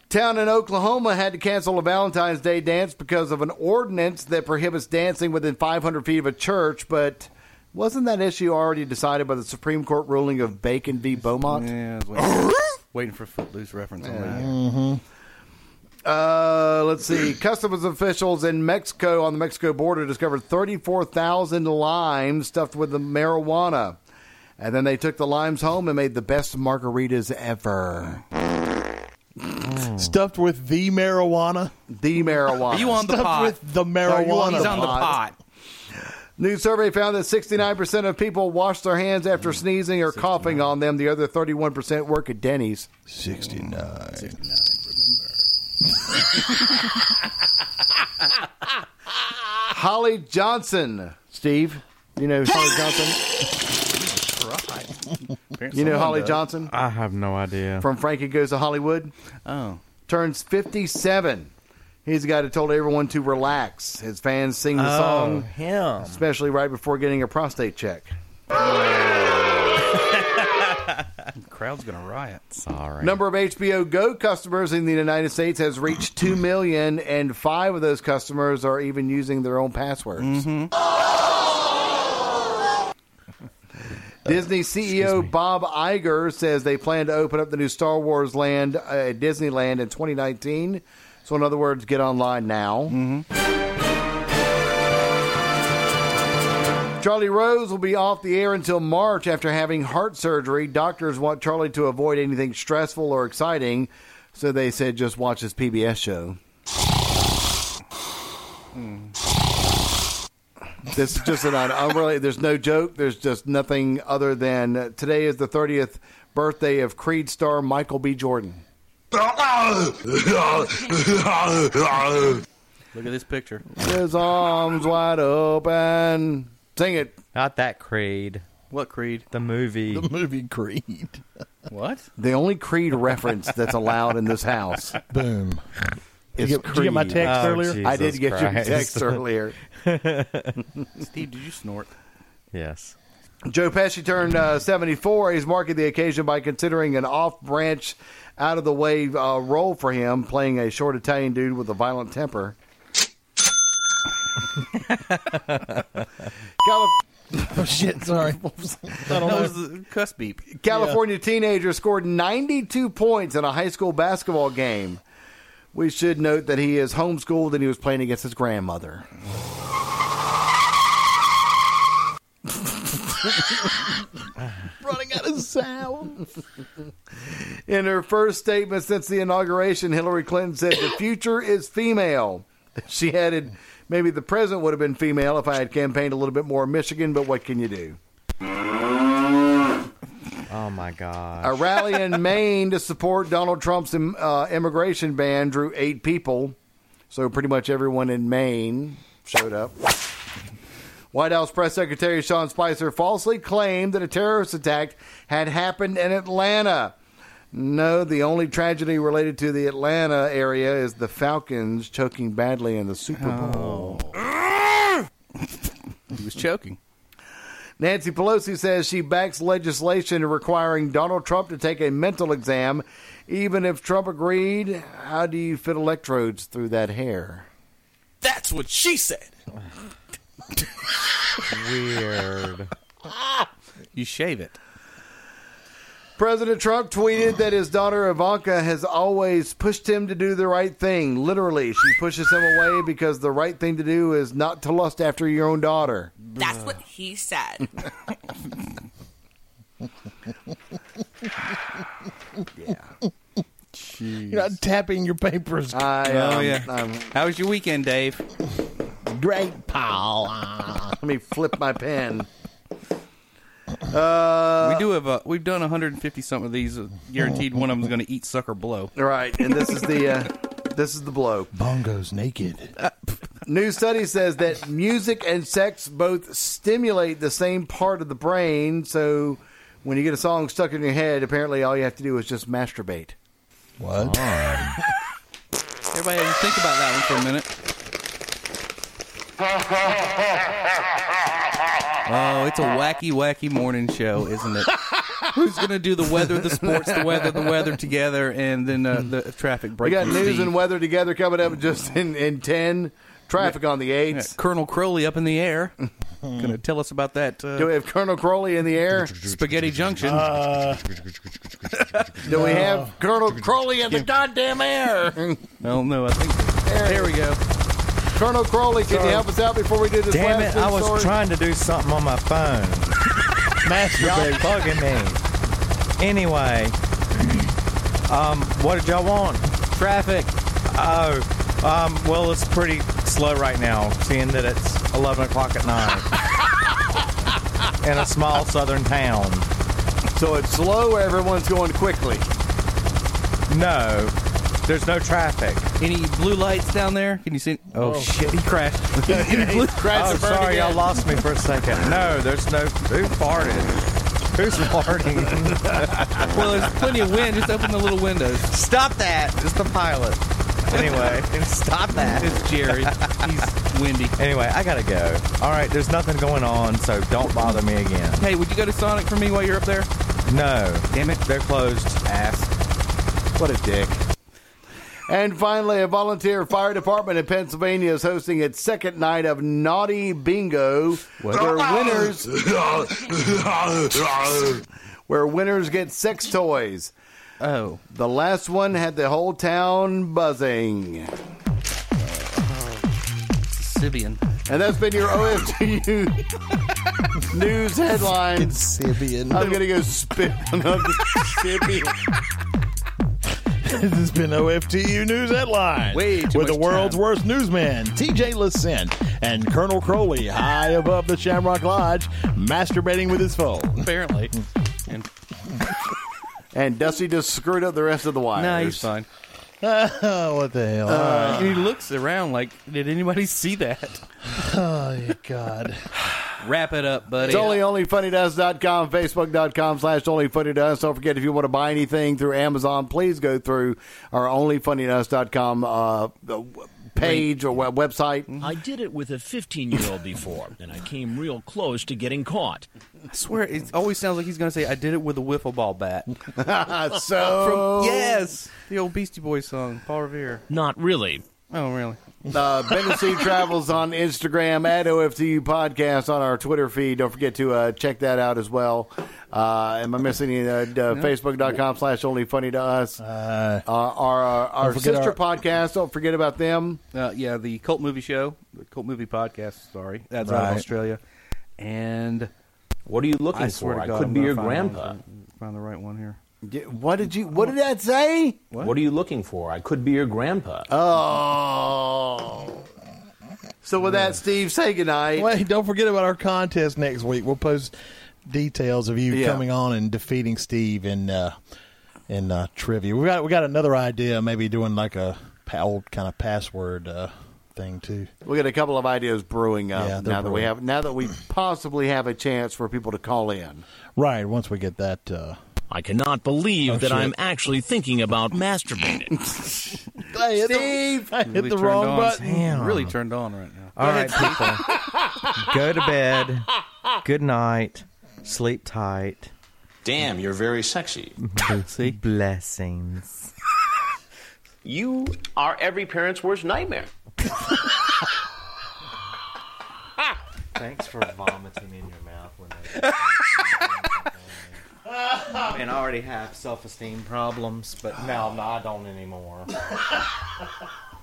Town in Oklahoma had to cancel a Valentine's Day dance because of an ordinance that prohibits dancing within 500 feet of a church, but wasn't that issue already decided by the Supreme Court ruling of Bacon v. Beaumont? Yeah, I was waiting, waiting for a Footloose reference on that. Uh, let's see. Customs officials in Mexico on the Mexico border discovered 34,000 limes stuffed with the marijuana. And then they took the limes home and made the best margaritas ever. Stuffed with the marijuana. The marijuana. Are you on the Stuffed pot? with the Are you marijuana. He's on the pot? pot. New survey found that 69% of people wash their hands Mm. after sneezing or coughing on them. The other 31% work at Denny's. 69. Holly Johnson. Steve, you know Holly Johnson? You know Holly Johnson? I have no idea. from Frankie Goes to Hollywood. Oh. Turns 57. He's the guy that told everyone to relax. His fans sing the Oh, song, him. especially right before getting a prostate check. crowd's gonna riot. Sorry. Number of HBO Go customers in the United States has reached 2 million, and five of those customers are even using their own passwords. Mm-hmm. Disney CEO Bob Iger says they plan to open up the new Star Wars land uh, at Disneyland in 2019. So, in other words, get online now. Charlie Rose will be off the air until March after having heart surgery. Doctors want Charlie to avoid anything stressful or exciting, so they said just watch his PBS show. This is just an unrelated. There's no joke. There's just nothing other than uh, today is the 30th birthday of Creed star Michael B. Jordan. Look at this picture. His arms wide open. Sing it. Not that Creed. What Creed? The movie. The movie Creed. What? The only Creed reference that's allowed in this house Boom. is Did you, get- did you get my Creed. text Oh, earlier? gee. I did Jesus get your Christ. text earlier. Steve, did you snort? yes. Joe Pesci turned uh, 74. He's marking the occasion by considering an off branch, out of the way uh, role for him, playing a short Italian dude with a violent temper. Calif- Oh, shit. Sorry. I don't That know. was the cuss beep. California teenager scored 92 points in a high school basketball game. We should note that he is homeschooled and he was playing against his grandmother. running out of sound. In her first statement since the inauguration, Hillary Clinton said, The future is female. She added, Maybe the president would have been female if I had campaigned a little bit more in Michigan, but what can you do? Oh my God. A rally in Maine to support Donald Trump's im- uh, immigration ban drew eight people. So pretty much everyone in Maine showed up. White House Press Secretary Sean Spicer falsely claimed that a terrorist attack had happened in Atlanta. No, the only tragedy related to the Atlanta area is the Falcons choking badly in the Super Bowl. He was choking. Nancy Pelosi says she backs legislation requiring Donald Trump to take a mental exam, even if Trump agreed. How do you fit electrodes through that hair? That's what she said. Weird. You shave it. President Trump tweeted that his daughter Ivanka has always pushed him to do the right thing. Literally, she pushes him away because the right thing to do is not to lust after your own daughter. That's what he said. You're not tapping your papers. I, Oh, um, yeah. um, How was your weekend, Dave? Great pal. let me flip my pen. Uh, we do have a. We've done 150 something of these. uh, Guaranteed, one of them's going to eat sucker blow. right, and this is the uh, this is the blow. Bongo's naked. New study says that music and sex both stimulate the same part of the brain, so when you get a song stuck in your head, apparently all you have to do is just masturbate. What? Everybody, have to think about that one for a minute. Oh, it's a wacky, wacky morning show, isn't it? Who's going to do the weather, the sports, the weather, the weather together, and then uh, the traffic break? We got from news Steve? and weather together coming up just in, in 10. Traffic on the Yeah, 8s. Colonel Crowley up in the air. going to tell us about that uh, Do we have Colonel Crowley in the air? Spaghetti Junction. Do we have Colonel Crowley in the goddamn air? no, no, I think there we go. Colonel Crowley, can you help us out before we do this Damn last it! I news was story? trying to do something on my phone. Masturbate, bugging me. Anyway, um, what did y'all want? Traffic. Oh, um, well, it's pretty slow right now, seeing that it's eleven o'clock at night in a small southern town. So it's slow, everyone's going quickly. No, there's no traffic. Any blue lights down there? Can you see? Oh, shit! He crashed. Any blue- Oh, sorry, y'all lost me for a second. No, there's no. Who farted? Who's farting? well, there's plenty of wind. Just open the little windows. Stop that! It's the pilot. Anyway, stop that. It's Jerry. He's windy. Anyway, I gotta go. All right, there's nothing going on, so don't bother me again. Hey, would you go to Sonic for me while you're up there? No, damn it, they're closed. Ass. What a dick. And finally, a volunteer fire department in Pennsylvania is hosting its second night of Naughty Bingo, where winners where winners get sex toys. Oh, The last one had the whole town buzzing. Sibian. And that's been your OFTU news headlines. Sibian. I'm going to go spit on the this has been OFTU News Headline. Way too With the much world's time. worst newsman, TJ Listen, and Colonel Crowley, high above the Shamrock Lodge, masturbating with his phone. Apparently. And, And Dusty just screwed up the rest of the wires. nah, he's fine. what the hell? Uh, he looks around like, did anybody see that? oh, yeah, God. Wrap it up, buddy. It's only onlyfunnydoes.com, facebook.com slash onlyfunnydoes. Don't forget, if you want to buy anything through Amazon, please go through our onlyfunnydoes.com uh, page or web- website. I did it with a 15 year old before, and I came real close to getting caught. I swear, it always sounds like he's going to say, I did it with a wiffle ball bat. so, Yes! The old Beastie Boys song, Paul Revere. Not really. Oh, really? uh, Tennessee Travels on Instagram at OFTU Podcast on our Twitter feed. Don't forget to uh, check that out as well. Uh, am I missing any? Uh, uh, Facebook.com slash onlyfunnydoes. Uh, our our, our forget sister our- podcast, don't forget about them. Uh, yeah, the Cult Movie Show, the Cult Movie Podcast, sorry. That's out of Right. Australia. And What are you looking I swear to God, I'm gonna find the one- Find the right one here. D- What did you? What did that say? What? are you looking for? I could be your grandpa. Oh. So with that, Steve, say goodnight. Wait, don't forget about our contest next week. We'll post details of you Yeah. coming on and defeating Steve in uh, in uh, trivia. We got we got another idea, maybe doing like a pa- old kind of password uh, thing too. We got a couple of ideas brewing up Yeah, now they're that we brewing. have now that we possibly have a chance for people to call in. Right, once we get that. Uh, I cannot believe that I'm actually thinking about masturbating. I hit Steve! the, I hit Really the turned wrong on. button. Damn. Really turned on right now. All right, people, go to bed. Good night. Sleep tight. Damn, you're very sexy. See? Blessings. You are every parent's worst nightmare. Thanks for vomiting in your mouth when I. mean, I already have self-esteem problems, but now I don't anymore.